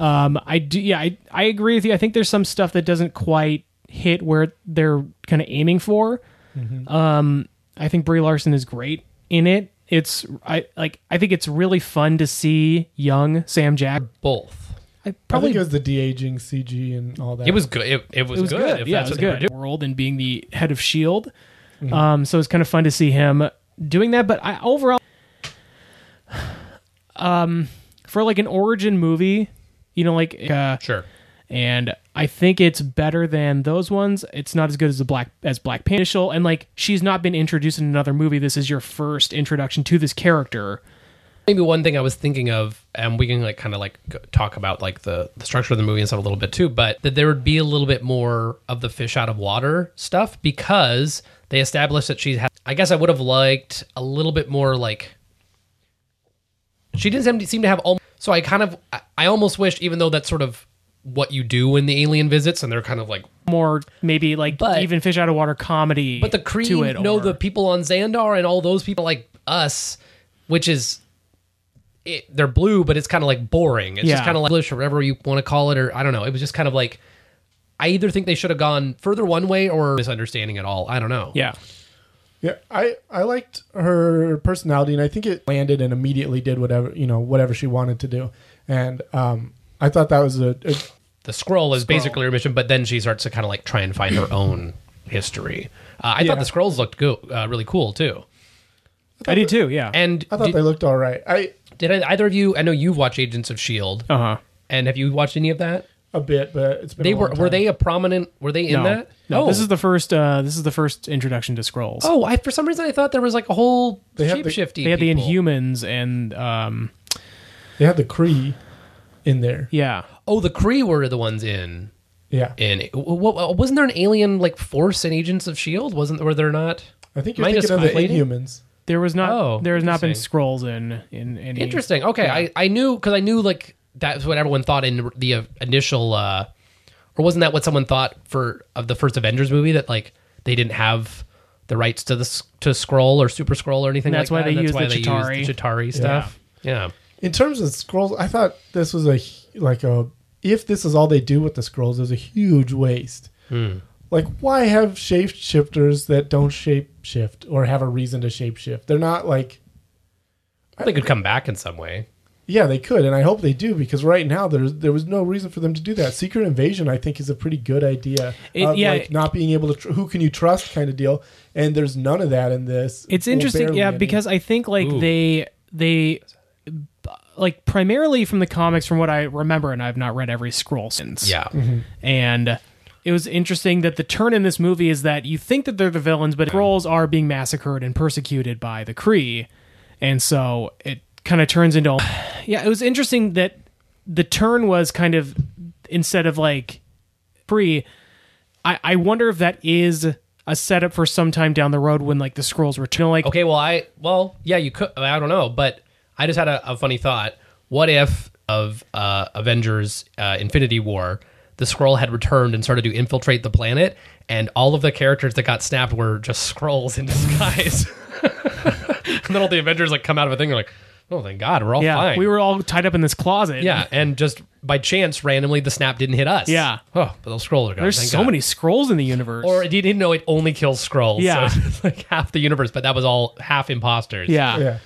um i do yeah I, I agree with you i think there's some stuff that doesn't quite hit where they're kind of aiming for Mm-hmm. Um, I think Brie Larson is great in it. It's I like I think it's really fun to see young Sam Jack. Both. I Probably I probably think it was the de aging CG and all that. It was good. It, it was, it was good. If Yeah, that's it was what good. World and being the head of Shield. E Um, so it's kind of fun to see him doing that. But I overall, um, for like an origin movie, you know, like uh, Sure. and I think it's better than those ones. It's not as good as the black as Black Panther, Initial, and like she's not been introduced in another movie. This is your first introduction to this character. Maybe one thing I was thinking of, and we can like kind of like go- talk about like the, the structure of the movie and stuff a little bit too, but that there would be a little bit more of the fish out of water stuff because they established that she had. I guess I would have liked a little bit more like. She didn't seem to, seem to have all. So I kind of I, I almost wished, even though that's sort of what you do when the alien visits, and they're kind of like, more maybe like But- even fish out of water comedy. but the Kree to it, know or- the people on Xandar and all those people like us, which is it, they're blue, but it's kind of like boring. It's just Yeah. kind of like English or whatever you want to call it, or I don't know. It was just kind of like I either think they should have gone further one way or misunderstanding at all. I don't know. yeah. Yeah, I, I liked her personality, and I think it landed and immediately did whatever you know whatever she wanted to do, and um, I thought that was a, a the scroll is basically her mission, but then she starts to kind of like try and find her own history. Uh, I Yeah. thought the scrolls looked go- uh, really cool too. I did too. Yeah. And I thought did, they looked all right. I did I- either of you? I know you've watched Agents of Shield, uh huh. and have you watched any of that? a bit, but it's been They a were long were time. they a prominent? Were they no, in that? no. oh, This is the first. Uh, this is the first introduction to scrolls. oh, I for some reason I thought there was like a whole They had the- shapeshifting. they had the people. Inhumans and um, they had the Cree in there. yeah. Oh, the Kree were the ones in. Yeah, In what, wasn't there an alien like force in Agents of Shield? E Wasn't were there not? I think you're Am I thinking just of the conflating? Inhumans. There was not. Oh, there has not been interesting. scrolls in in any. Interesting. Okay, I, I knew because I knew like that's what everyone thought in the uh, initial, uh, or wasn't that what someone thought for of the first Avengers movie that like they didn't have the rights to the s- to scroll or super scroll or anything. And that's like why that. they and used the used Chitauri. Chitauri stuff. Yeah. In terms of scrolls, I thought this was a hu- like a if this is all they do with the scrolls is a huge waste. Hmm. Like, why have shapeshifters that don't shapeshift or have a reason to shapeshift? They're not like they could come back in some way. yeah, they could, and I hope they do because right now there's there was no reason for them to do that. Secret invasion, I think, is a pretty good idea. It- of, yeah, like it- not being able to tr- who can you trust kind of deal, and there's none of that in this. It's Well, interesting, barely yeah, any. because I think like Ooh. they they like primarily from the comics, from what I remember, and I've not read every scroll since. Yeah. and it was interesting that the turn in this movie is that you think that they're the villains, but scrolls are being massacred and persecuted by the Kree, and so it kind of turns into. Yeah, it was interesting that the turn was kind of instead of like free. I, I wonder if that is a setup for sometime down the road when like the scrolls return. Like Okay. Well, I well yeah you could. I don't know, but I just had a, a funny thought. What if of uh, Avengers uh, Infinity War, the scroll had returned and started to infiltrate the planet, and all of the characters that got snapped were just scrolls in disguise. and then all the Avengers like come out of a thing. They're like, oh thank God, we're all yeah, fine. we were all tied up in this closet. yeah, and just by chance, randomly, the snap didn't hit us. Yeah. Oh, but those scrolls are gone. there's thank so God. many scrolls in the universe. Or you didn't know it only kills scrolls. Yeah. So it's like half the universe, but that was all half imposters. yeah,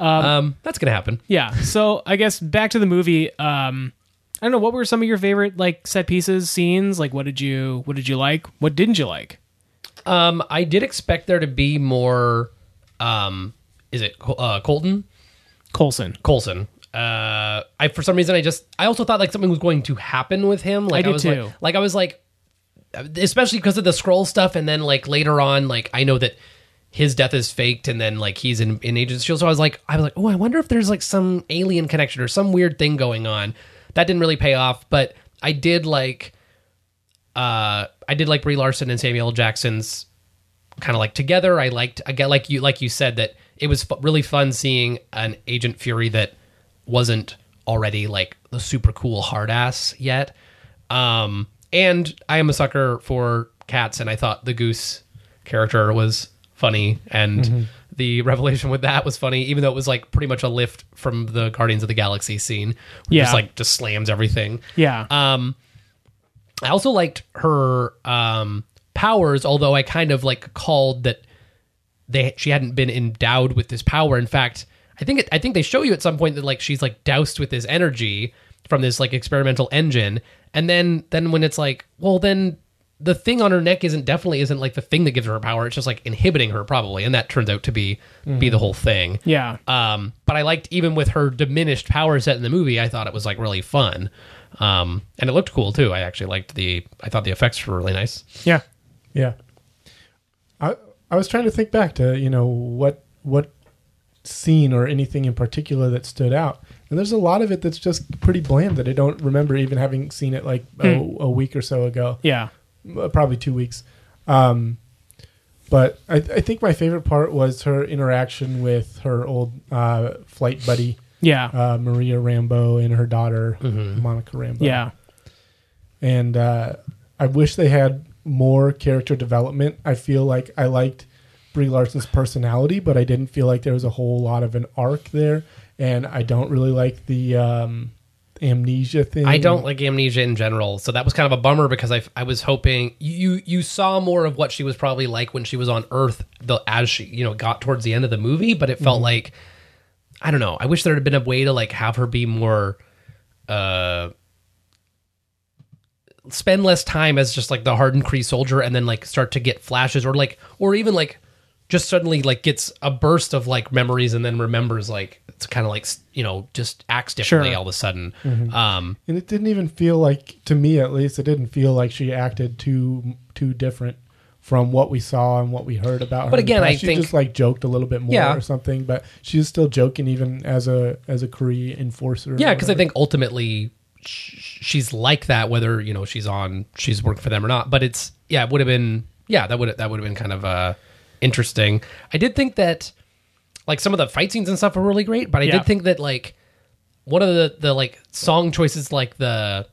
yeah, Um, that's gonna happen. yeah. So I guess back to the movie. Um, I don't know what were some of your favorite like set pieces, scenes. Like what did you what did you like? What didn't you like? Um, I did expect there to be more. Um, is it Col- uh, Colton Colson. Colson? Uh, I for some reason I just I also thought like something was going to happen with him. Like I did was too. Like, like I was like, especially because of the scroll stuff, and then like later on, like I know that his death is faked, and then like he's in in Agent Shield. So I was like, I was like, oh, I wonder if there's like some alien connection or some weird thing going on. That didn't really pay off, but I did like. Uh, I did like Brie Larson and Samuel L. Jackson's kind of like together. I liked again, like you like you said that it was fu- really fun seeing an Agent Fury that wasn't already like the super cool hard ass yet. Um, and I am a sucker for cats, and I thought the goose character was funny, and the revelation with that was funny, even though it was like pretty much a lift from the Guardians of the Galaxy scene, which Yeah. just like just slams everything. Yeah. Um, I also liked her um, powers, although I kind of like called that they she hadn't been endowed with this power. In fact, I think it, I think they show you at some point that like she's like doused with this energy from this like experimental engine, and then then when it's like, well, then the thing on her neck isn't definitely isn't like the thing that gives her her power. It's just like inhibiting her probably, and that turns out to be be the whole thing. yeah. Um, but I liked even with her diminished power set in the movie, I thought it was like really fun. Um, and it looked cool too. I actually liked the. I thought the effects were really nice. Yeah. yeah. I I was trying to think back to you know what what scene or anything in particular that stood out, and there's a lot of it that's just pretty bland that I don't remember even having seen it like Hmm. a, a week or so ago. Yeah. uh, probably two weeks. Um, but I, I think my favorite part was her interaction with her old uh, flight buddy, Yeah. Mm-hmm. uh, Maria Rambo, and her daughter, Monica Rambo. yeah. and uh, I wish they had more character development. I feel like I liked Brie Larson's personality, but I didn't feel like there was a whole lot of an arc there, and I don't really like the um, amnesia thing. I don't like amnesia in general, so that was kind of a bummer because I, I was hoping you you saw more of what she was probably like when she was on Earth the, as she you know got towards the end of the movie, but it felt like I don't know. I wish there had been a way to like have her be more uh spend less time as just like the hardened Kree soldier and then like start to get flashes or like or even like just suddenly like gets a burst of like memories and then remembers like it's kind of like s- you know just acts differently Sure. all of a sudden um and it didn't even feel like to me at least it didn't feel like she acted too too different from what we saw and what we heard about her. But in the again, past. I she think- just like joked a little bit more Yeah. or something, but she was still joking even as a as a Kree enforcer. or Yeah, because I whatever. think ultimately sh- she's like that, whether you know she's on she's working for them or not. But it's yeah, it would have been yeah that would that would have been kind of uh, interesting. I did think that like some of the fight scenes and stuff were really great, but I Yeah. did think that like one of the the like song choices, like the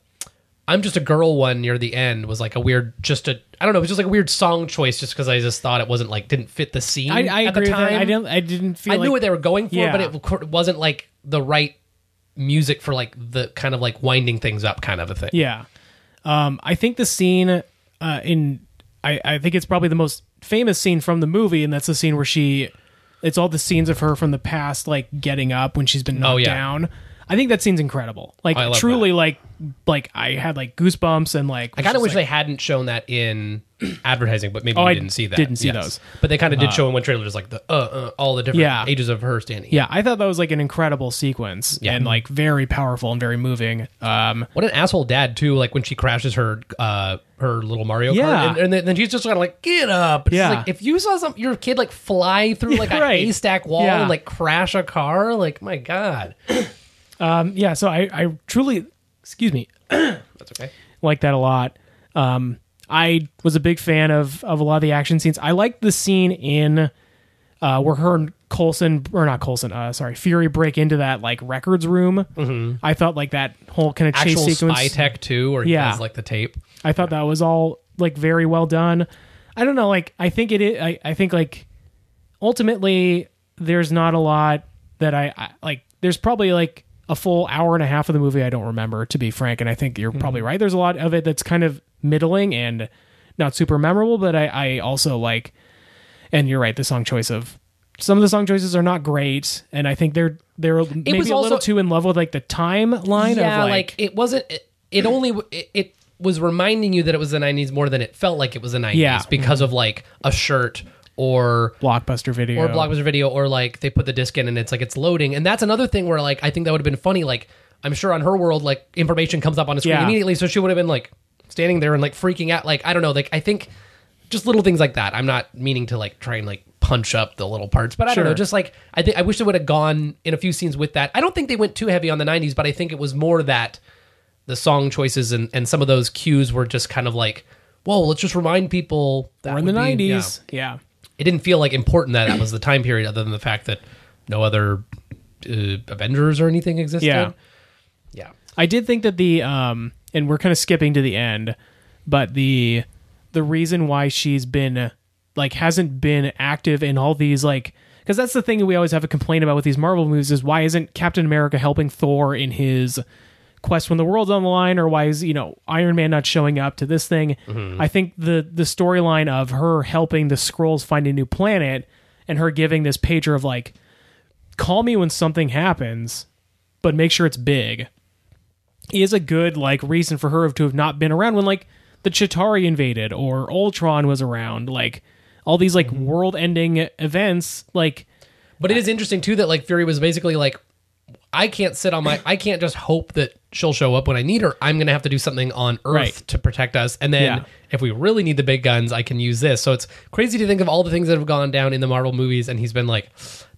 I'm just a girl one near the end was like a weird just a I don't know it was just like a weird song choice just because I just thought it wasn't like didn't fit the scene. I, I at the agree time. with that. I didn't. I didn't feel. I like, knew what they were going for, Yeah. but it of cour- wasn't like the right music for like the kind of like winding things up kind of a thing. Yeah. Um, I think the scene uh, in I, I think it's probably the most famous scene from the movie, and that's the scene where she it's all the scenes of her from the past, like getting up when she's been knocked Oh, yeah. down. I think that scene's incredible. Like I love truly like like I had like goosebumps and like I kind of wish they hadn't shown that in advertising, but maybe Oh, you I didn't see that. didn't see those. but they kind of did show in one trailer, just like the uh, uh all the different Yeah. ages of her standing. Yeah, I thought that was like an incredible sequence Yeah. and like very powerful and very moving. Um What an asshole dad too! Like when she crashes her uh her little Mario Yeah. kart, and, and then, then she's just kind of like get up. It's just Yeah. like, if you saw some your kid like fly through like a right. haystack wall Yeah. and like crash a car, like my god, yeah, so I I truly excuse me, that's okay. like that a lot. Um, I was a big fan of of a lot of the action scenes. I liked the scene in uh, where her and Colson or not Colson, uh, sorry, Fury break into that like records room. Mm-hmm. I thought like that whole kind of chase Actual sequence. spy tech too, or he Yeah. has like the tape. I thought that was all like very well done. I don't know, like I think it is. I, I think like ultimately there's not a lot that I, I like. There's probably like a full hour and a half of the movie I don't remember to be frank, and I think you're probably Mm-hmm. right. There's a lot of it that's kind of middling and not super memorable, but I, I also like. And you're right, the song choice of some of the song choices are not great, and I think they're they're maybe was a little also- too in love with like the timeline yeah, of like, it wasn't. It, it only it, it was reminding you that it was the '90s more than it felt like it was the '90s Yeah. because of like a shirt or blockbuster video or a blockbuster video or like they put the disc in and it's like it's loading and that's another thing where like I think that would have been funny. Like I'm sure on her world like information comes up on the screen Yeah. immediately, so she would have been like standing there and like freaking out. Like I don't know. Like I think just little things like that. I'm not meaning to like try and like punch up the little parts, but I Sure. don't know. Just like I think I wish they would have gone in a few scenes with that. I don't think they went too heavy on the '90s, but I think it was more that the song choices and and some of those cues were just kind of like. Whoa, let's just remind people that We're in the would be- yeah 90s. yeah. it didn't feel like important that that was the time period, other than the fact that no other uh, Avengers or anything existed. Yeah. yeah. I did think that the um and we're kind of skipping to the end, but the the reason why she's been like hasn't been active in all these like because that's the thing that we always have a complaint about with these Marvel movies is why isn't Captain America helping Thor in his quest when the world's on the line or why is you know Iron Man not showing up to this thing? I think the the storyline of her helping the Scrolls find a new planet and her giving this pager of like call me when something happens, but make sure it's big is a good like reason for her to have not been around when like the Chitari invaded or Ultron was around, like all these like world-ending events. Like, But it is interesting too that like Fury was basically like, I can't sit on my, I can't just hope that she'll show up when I need her. I'm gonna have to do something on Earth Right. to protect us, and then Yeah. if we really need the big guns, I can use this. So it's crazy to think of all the things that have gone down in the Marvel movies, and he's been like,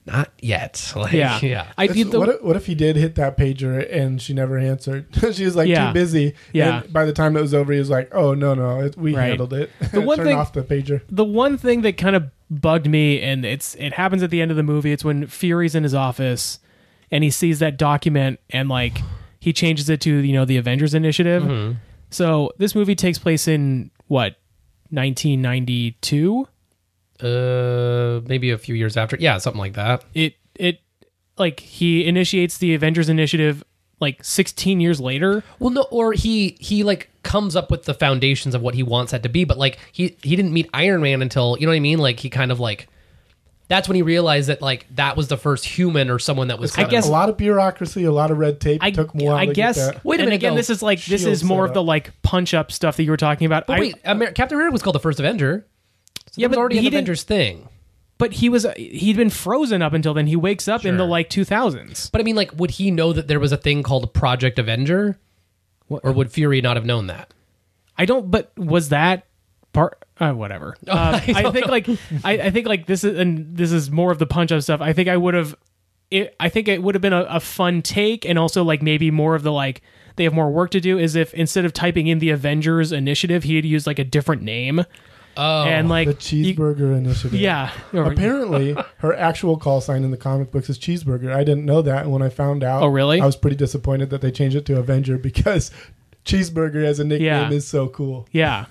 not yet. Like, yeah, yeah. I did the, what, if, what if he did hit that pager and she never answered? she was like Yeah. too busy. Yeah. And by the time it was over, he was like, "Oh no, no, it, we Right. handled it." The one Turn thing- off the pager. the one thing that kind of bugged me, and it's it happens at the end of the movie. It's when Fury's in his office and he sees that document and like he changes it to you know the Avengers Initiative. So this movie takes place in what 1992. Uh, maybe a few years after. Yeah, something like that. It it like he initiates the Avengers Initiative like 16 years later. Well, no, or he he like comes up with the foundations of what he wants that to be, but like he he didn't meet Iron Man until you know what I mean. Like he kind of like that's when he realized that like that was the first human or someone that was. I kind guess- a lot of bureaucracy, a lot of red tape. I, It took more. I guess. Wait a and minute, again, though. this is like this Shield is more of setup. the like punch up stuff that you were talking about. But I- Oh, wait, Amer- Captain America was called the first Avenger. So Yeah, that was but already he an didn't- Avengers thing. but he was uh, he'd been frozen up until then. He wakes up in the like 2000s. But I mean, like, would he know that there was a thing called Project Avenger, or would Fury not have known that? I don't. But was that part? Uh, whatever. Uh, I, think like I, I think like this is and this is more of the punch up stuff. I think I would have. It, I think it would have been a, a fun take, and also like maybe more of the like they have more work to do. Is if instead of typing in the Avengers Initiative, he had used like a different name. Oh, and like the you- cheeseburger initiative. yeah, Or- Apparently, her actual call sign in the comic books is Cheeseburger. I didn't know that, and when I found out, Oh, really? I was pretty disappointed that they changed it to Avenger because Cheeseburger as a nickname Yeah. is so cool. yeah.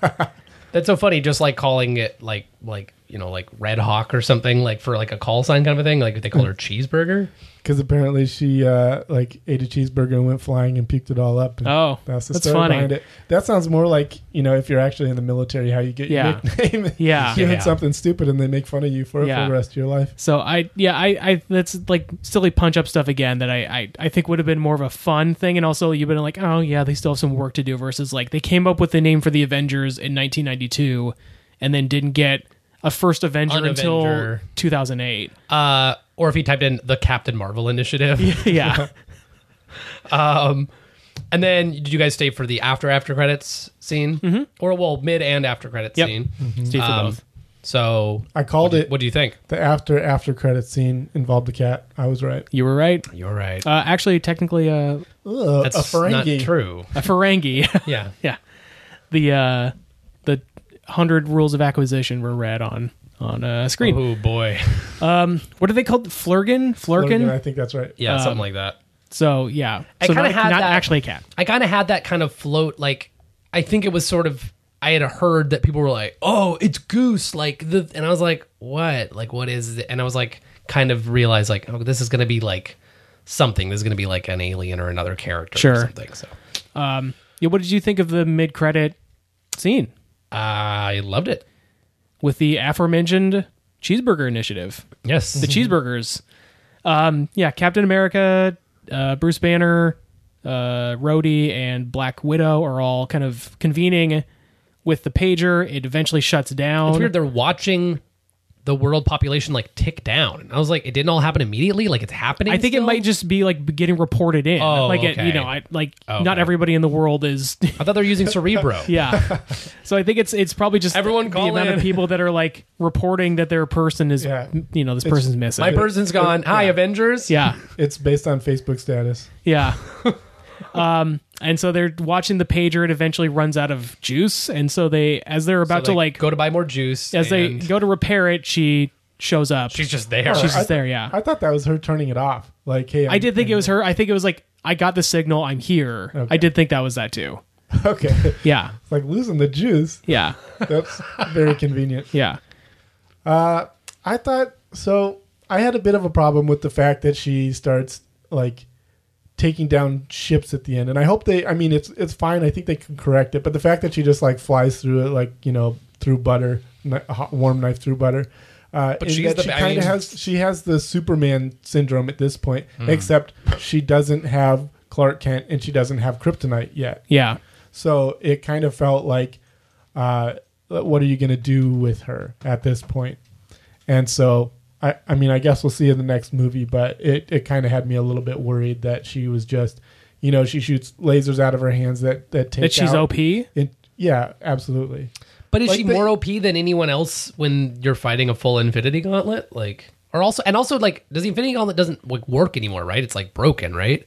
That's so funny. Just like calling it like like you know like Red Hawk or something like for like a call sign kind of a thing. Like they called her Cheeseburger. Because apparently she uh, like ate a cheeseburger and went flying and puked it all up. And Oh, that's the that's story funny. behind it. That sounds more like you know if you're actually in the military, how you get Yeah. your nickname. Yeah. you Yeah. did something stupid and they make fun of you for it Yeah. for the rest of your life. So I yeah I, I that's like silly punch up stuff again that I, I I think would have been more of a fun thing and also you've been like oh yeah they still have some work to do versus like they came up with the name for the Avengers in 1992 and then didn't get a first Avenger An until Avenger. 2008 Uh, or if he typed in the Captain Marvel Initiative. yeah And then did you guys stay for the after after credits scene? Mm-hmm. Or well, mid and after credits Yep. scene. Steve for Um, both. So I called it. what do you think? the after after credit scene involved the cat. I was right. you were right You're right. uh, actually technically uh, Ugh, That's a Ferengi. not true. a Ferengi Yeah. yeah the uh, the hundred rules of acquisition were read on on uh, screen Oh boy. what are they called Flurgan Logan, Flurgan I think that's right. Yeah, something like that. So yeah, I so kinda not, had not that- actually a cat. I kind of had that kind of float. Like, I think it was sort of. I had heard that people were like, "Oh, it's Goose!" Like the, and I was like, "What? Like, what is it?" And I was like, kind of realized like, "Oh, this is gonna be like something. This is gonna be like an alien or another character Sure. or something." So Yeah, what did you think of the mid-credit scene I loved it. with the aforementioned cheeseburger initiative? Yes, The cheeseburgers. Um, yeah, Captain America, uh, Bruce Banner, uh, Rhodey, and Black Widow are all kind of convening with the pager. It eventually shuts down. it's weird. They're watching the world population like tick down. And I was like, it didn't all happen immediately. Like it's happening. I think it still? might just be like getting reported in. Oh, like it, you okay. Oh, know, I, like Okay. not everybody in the world is I thought they were using Cerebro. Yeah. so I think it's it's probably just Everyone the, the call amount of in. people that are like reporting that their person is Yeah. you know this person's missing. My person's gone. Hi, Avengers. yeah. It's based on Facebook status. Yeah. um and so they're watching the pager it eventually runs out of juice and so they as they're So about they to like go to buy more juice. as they and go to repair it she shows up. she's just there. she's I just th- there, yeah. I thought that was her turning it off. Like, hey, I'm, I did think it was her. I think it was like I got the signal, I'm here. I Okay. did think that was that too. Okay, it's Yeah. like losing the juice. Yeah. That's very convenient. Yeah. I thought so. I had a bit of a problem with the fact that she starts like taking down ships at the end, and I hope they. I mean, it's it's fine. I think they can correct it, but the fact that she just like flies through it, like you know, through butter, kni- a hot, warm knife through butter. Uh, but she's the- she I kind mean- of has she has the Superman syndrome at this point, Hmm. except she doesn't have Clark Kent and she doesn't have Kryptonite yet. Yeah. So it kind of felt like, uh, what are you going to do with her at this point? And so, I, I mean, I guess we'll see in the next movie, but it, it kind of had me a little bit worried that she was just, you know, she shoots lasers out of her hands that, that take That she's out- OP? It, yeah, absolutely. But is Like she they- more OP than anyone else when you're fighting a full Infinity Gauntlet? Like, or also, and also, like, does the Infinity Gauntlet doesn't like work anymore? Right? It's like broken, right?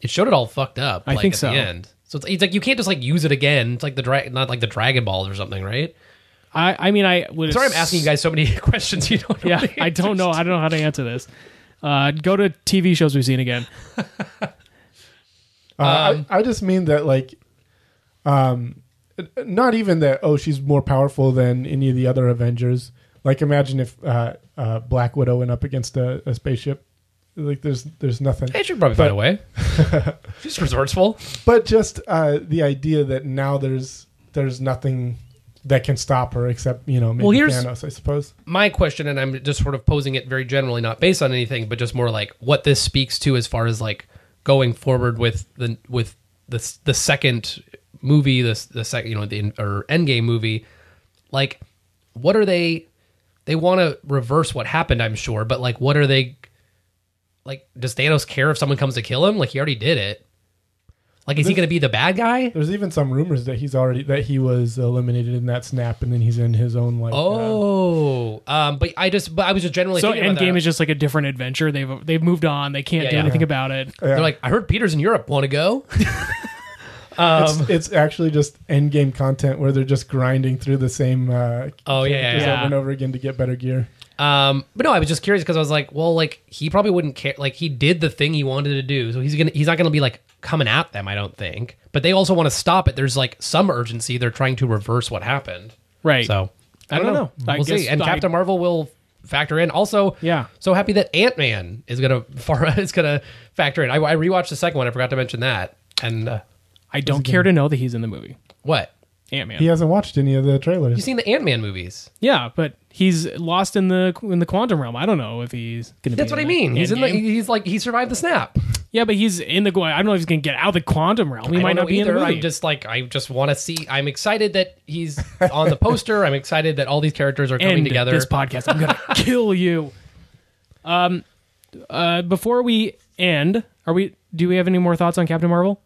It showed it all fucked up. I like, think at so. The end. So it's, it's like you can't just like use it again. It's like the dra- not like the Dragon Balls or something, right? I I mean I would Sorry, I'm asking you guys so many questions. You don't. Know yeah, the I don't know. answers I don't know how to answer this. Uh, go to TV shows we've seen again. Um, Uh, I, I just mean that, like, not even that oh she's more powerful than any of the other avengers like imagine if uh, uh, black widow went up against a, a spaceship like there's there's nothing They should probably But- find a way. She's resourceful. but just uh, the idea that now there's there's nothing that can stop her except you know maybe Well, here's- Thanos I suppose my question, and I'm just sort of posing it very generally, not based on anything, but just more like what this speaks to as far as like going forward with the with the s- the second movie, the the second you know the in- or Endgame movie. Like, what are they? They want to reverse what happened, I'm sure, but like, what are they? Like, does Thanos care if someone comes to kill him? Like, he already did it. Like, is he going to be the bad guy? there's even some rumors that he's already that he was eliminated in that snap and then he's in his own like uh, Oh, um, but I just, but I was just generally so thinking about Endgame that. is just like a different adventure. They've they've moved on. They can't Yeah, do yeah. anything about it. They're like, I heard Peter's in Europe. Want to go? Um, it's, it's actually just endgame content where they're just grinding through the same uh, Oh yeah, yeah, characters yeah. over and over again to get better gear Um, but no, I was just curious because I was like, well, like he probably wouldn't care. Like he did the thing he wanted to do, so he's gonna he's not gonna be like coming at them. I don't think. But they also want to stop it. There's like some urgency. They're trying to reverse what happened. Right. So I don't, know. I we'll guess see. And I- Captain Marvel will factor in. Also, Yeah. So happy that Ant Man is gonna far is gonna factor in. I, I rewatched the second one. I forgot to mention that. And uh, I don't care to know that he's in the movie. what Ant Man. he hasn't watched any of the trailers you seen the Ant Man movies? Yeah, but he's lost in the in the quantum realm. I don't know if he's going to. That's be what I in mean. the He's in the, Endgame. he's like he survived the snap. yeah, but he's in the. qu- I don't know if he's going to get out of the quantum realm. He I might don't not know be in either. the movie. I'm just like I just want to see. I'm excited that he's on the poster. I'm excited that all these characters are coming end together. this podcast. I'm gonna kill you. Um, uh, before we end, are we? Do we have any more thoughts on Captain Marvel?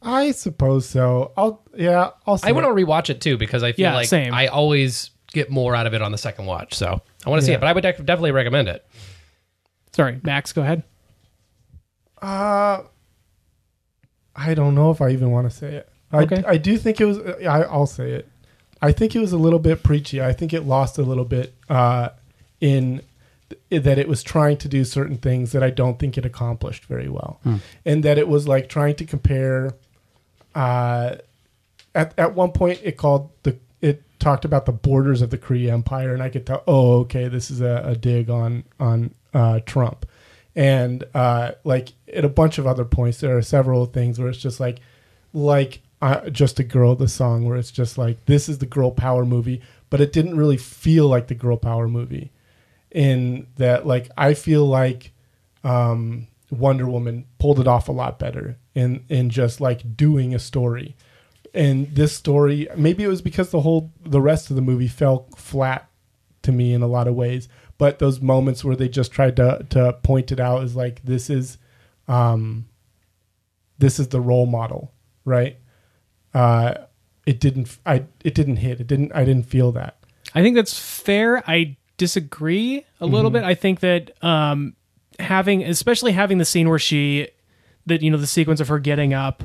I suppose so I'll yeah I'll see I want it. to rewatch it too because I feel Yeah, like same. I always get more out of it on the second watch. So I want to see it, but I would dec- definitely recommend it. Sorry, Max, go ahead. Uh, I don't know if I even want to say it. I, Okay. I do think it was. uh, I, I'll say it. I think it was a little bit preachy. I think it lost a little bit uh, in th- that it was trying to do certain things that I don't think it accomplished very well, and that it was like trying to compare. Uh, at at one point, it called the it talked about the borders of the Kree Empire, and I could tell. Oh, okay, this is a, a dig on on uh, Trump, and uh, like at a bunch of other points, there are several things where it's just like like uh, just a girl the song where it's just like this is the girl power movie but it didn't really feel like the girl power movie in that like i feel like um wonder woman pulled it off a lot better in in just like doing a story and this story maybe it was because the whole the rest of the movie fell flat to me in a lot of ways but those moments where they just tried to to point it out is like this is um, this is the role model, right? Uh, it didn't. I. It didn't hit. It didn't. I didn't feel that. I think that's fair. I disagree a little bit. I think that um, having, especially having the scene where she, that you know, the sequence of her getting up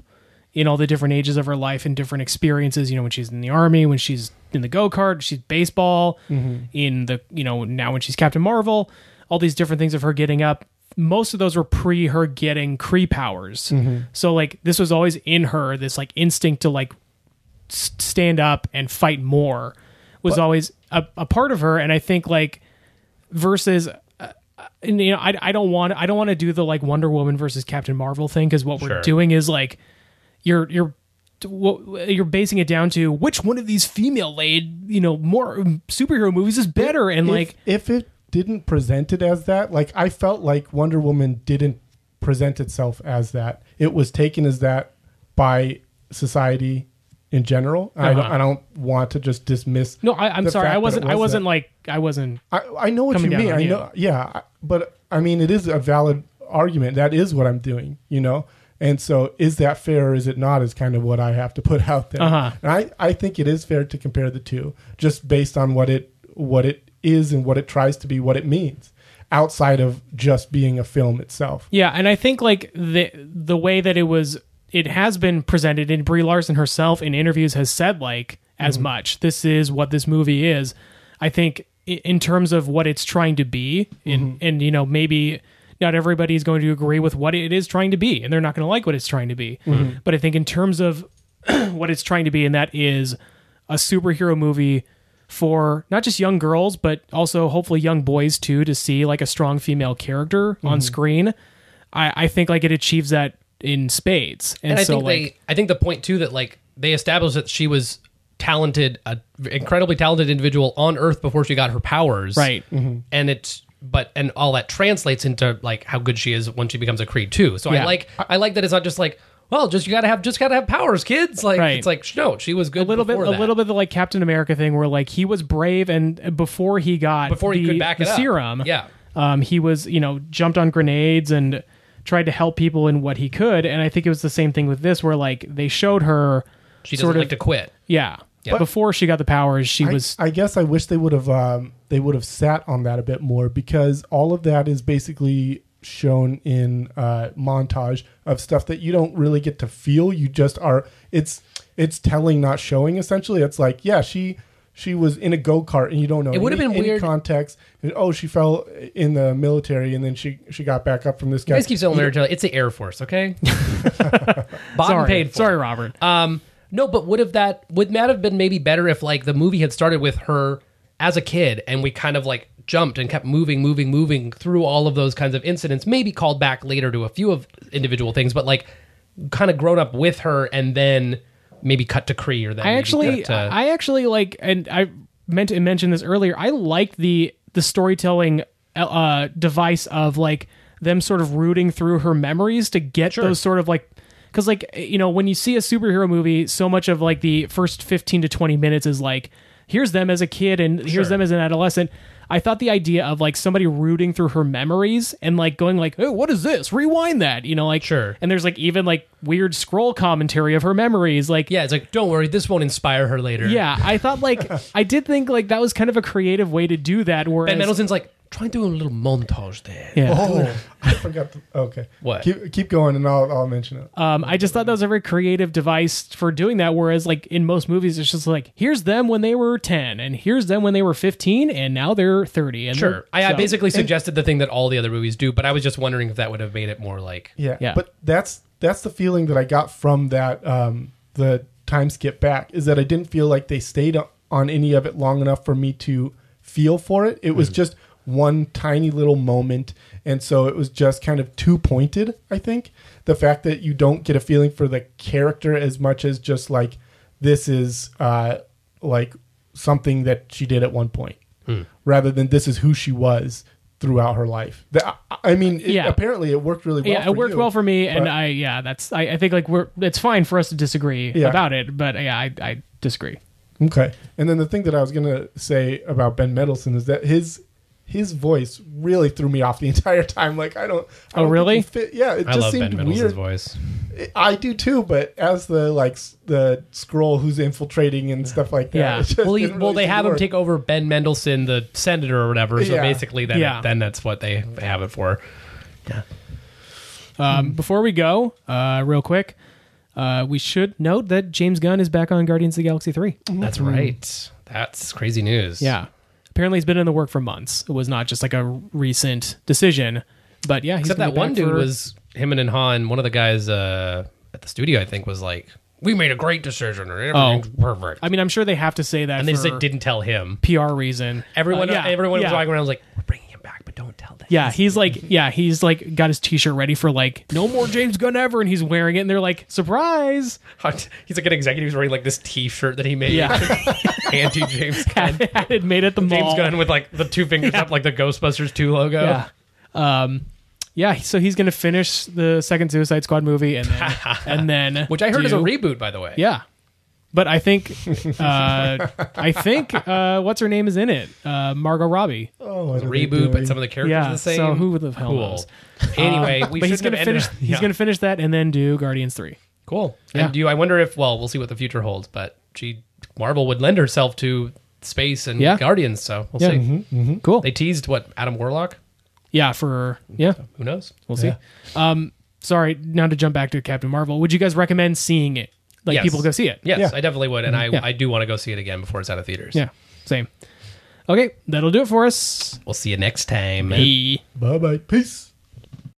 in all the different ages of her life and different experiences. You know, when she's in the army, when she's in the go kart, she's baseball, in the you know now when she's Captain Marvel, all these different things of her getting up. Most of those were pre her getting Kree powers. So like this was always in her this like instinct to like s- stand up and fight more was always a, a part of her and i think like versus uh, and, you know I, I don't want i don't want to do the like wonder woman versus captain marvel thing because what we're Sure. doing is like you're you're what- you're basing it down to which one of these female laid you know more um, superhero movies is better and If- like if it didn't present it as that, like I felt like Wonder Woman didn't present itself as that. It was taken as that by society in general. I, don't, Uh-huh. I don't want to just dismiss. no I, i'm the sorry fact i that wasn't it i was wasn't that. like i wasn't I, I know what coming you down mean. on I you. know, yeah, I- but I mean, it is a valid argument. That is what I'm doing, you know. And so, is that fair or is it not? Is kind of what I have to put out there. Uh-huh. And I, I think it is fair to compare the two, just based on what it what it is and what it tries to be, what it means, outside of just being a film itself. Yeah, and I think like the the way that it was it has been presented and Brie Larson herself in interviews has said like as much. This is what this movie is. I think i- in terms of what it's trying to be and and you know maybe not everybody is going to agree with what it is trying to be and they're not going to like what it's trying to be. But I think in terms of what it's trying to be, and that is a superhero movie for not just young girls, but also hopefully young boys too, to see like a strong female character Mm-hmm. on screen. I, I think like it achieves that in spades, and, and I so think like they, I think the point too that like they established that she was talented, a incredibly talented individual on Earth before she got her powers, Right. And it's but and all that translates into like how good she is when she becomes a Creed too. So I Yeah. like I like that it's not just like well, just you gotta have just gotta have powers, kids. Like Right. it's like sh- no, she was good a little bit, before a that. little bit the like Captain America thing, where like he was brave, and before he got before the, you could back the it up. serum, Yeah, um, he was you know jumped on grenades and tried to help people in what he could. And I think it was the same thing with this, where like they showed her she doesn't sort of like to quit. yeah. Before she got the powers, she I, was I guess I wish they would have um, they would have sat on that a bit more because all of that is basically shown in uh, montage of stuff that you don't really get to feel. You just are. It's it's telling, not showing. Essentially, it's like yeah, she she was in a go kart and you don't know It would have any- been any weird- context. And, oh, she fell in the military and then she she got back up from this guy. Guys keep telling me it's the Air Force, okay? Bought and sorry, paid for. sorry, Robert. Um, no, but would have that would that have been maybe better if like the movie had started with her as a kid and we kind of like jumped and kept moving, moving, moving through all of those kinds of incidents. Maybe called back later to a few of individual things, but like kind of grown up with her and then maybe cut to Cree or then I maybe actually, cut to- I actually like, and I meant to mention this earlier. I liked the the storytelling uh, device of like them sort of rooting through her memories to get those sort of like. Because like you know, when you see a superhero movie, so much of like the first fifteen to twenty minutes is like, here's them as a kid and here's them as an adolescent. I thought the idea of like somebody rooting through her memories and like going like, "Hey, what is this? Rewind that," you know, like Sure. And there's like even like weird scroll commentary of her memories, like yeah, it's like don't worry, this won't inspire her later. yeah, I thought like I did think like that was kind of a creative way to do that. Whereas Ben Mendelsohn's like try doing a little montage there. yeah, Oh, I forgot. The, okay, What? Keep, keep going, and I'll I'll mention it. um, I just thought that was a very creative device for doing that. Whereas like in most movies, it's just like here's them when they were ten, and here's them when they were fifteen, and now they're thirty. And Sure. I, they're- I so- basically suggested the thing that all the other movies do, but I was just wondering if that would have made it more like Yeah. Yeah. But that's that's the feeling that I got from that um, the time skip back is that I didn't feel like they stayed o- on any of it long enough for me to feel for it. It was Hmm. just one tiny little moment and so it was just kind of too pointed, I think. The fact that you don't get a feeling for the character as much as just like this is uh like something that she did at one point. Hmm. Rather than this is who she was throughout her life. The, I- I mean, it- Yeah. apparently it worked really well yeah, it worked you, well for me, and but- I yeah, that's I, I think like we're it's fine for us to disagree Yeah. about it, but yeah, I, I disagree. okay. And then the thing that I was gonna say about Ben Mendelsohn is that his his voice really threw me off the entire time. Like I don't. I Oh, don't really? think he Fit. Yeah, it I just love seemed Ben Mendelsohn's weird. voice. I do too, but as the like s- the scroll who's infiltrating and stuff like that. Yeah. it just Well, he, didn't well, really they have him work. take over Ben Mendelsohn, the senator or whatever. So Yeah. basically, then Yeah. then that's what they have it for. Hmm. Um, Before we go, uh, real quick, uh, we should note that James Gunn is back on Guardians of the Galaxy three. That's right. Hmm. That's crazy news. Yeah. Apparently, he's been in the work for months. It was not just like a recent decision. But yeah, he's Except gonna that be one back dude for- was him and Han. One of the guys uh, at the studio, I think, was like, "We made a great decision. Or everything's perfect." I mean, I'm sure they have to say that and they just Oh. for like, didn't tell him. PR reason. Everyone, Uh, yeah, everyone yeah. was walking around was like, "We're bringing him back, but don't tell them." Yeah, he's like, yeah, he's like got his T-shirt ready for like no more James Gunn ever, and he's wearing it, and they're like, surprise, He's like an executive who's wearing like this T-shirt that he made. Yeah. anti James Gunn. had it made at the James mall. Gunn with like the two fingers up, like the Ghostbusters two logo. Yeah. Um, yeah, so he's gonna finish the second Suicide Squad movie, and then, and then which I heard is a do- reboot, by the way. Yeah. But I think, uh, I think, uh, what's her name is in it? Uh, Margot Robbie. Oh, what are they reboot, but doing? some of the characters Yeah, are the same. so who the hell knows? Um, Anyway, we but he's shouldn't gonna have finish. ended- He's yeah. gonna finish that and then do Guardians three. cool. Yeah. And do you, I wonder if well, we'll see what the future holds, but she Marvel would lend herself to space and Yeah. mm-hmm, Guardians, so we'll see. Cool. They teased what Adam Warlock. yeah, for yeah, Who knows? we'll see. Um, sorry, now to jump back to Captain Marvel. Would you guys recommend seeing it? Like Yes. people go see it? Yes, Yeah. I definitely would, and I, Yeah. I do want to go see it again before it's out of theaters. Yeah. Same. Okay, that'll do it for us. We'll see you next time. Bye. Bye bye. Peace.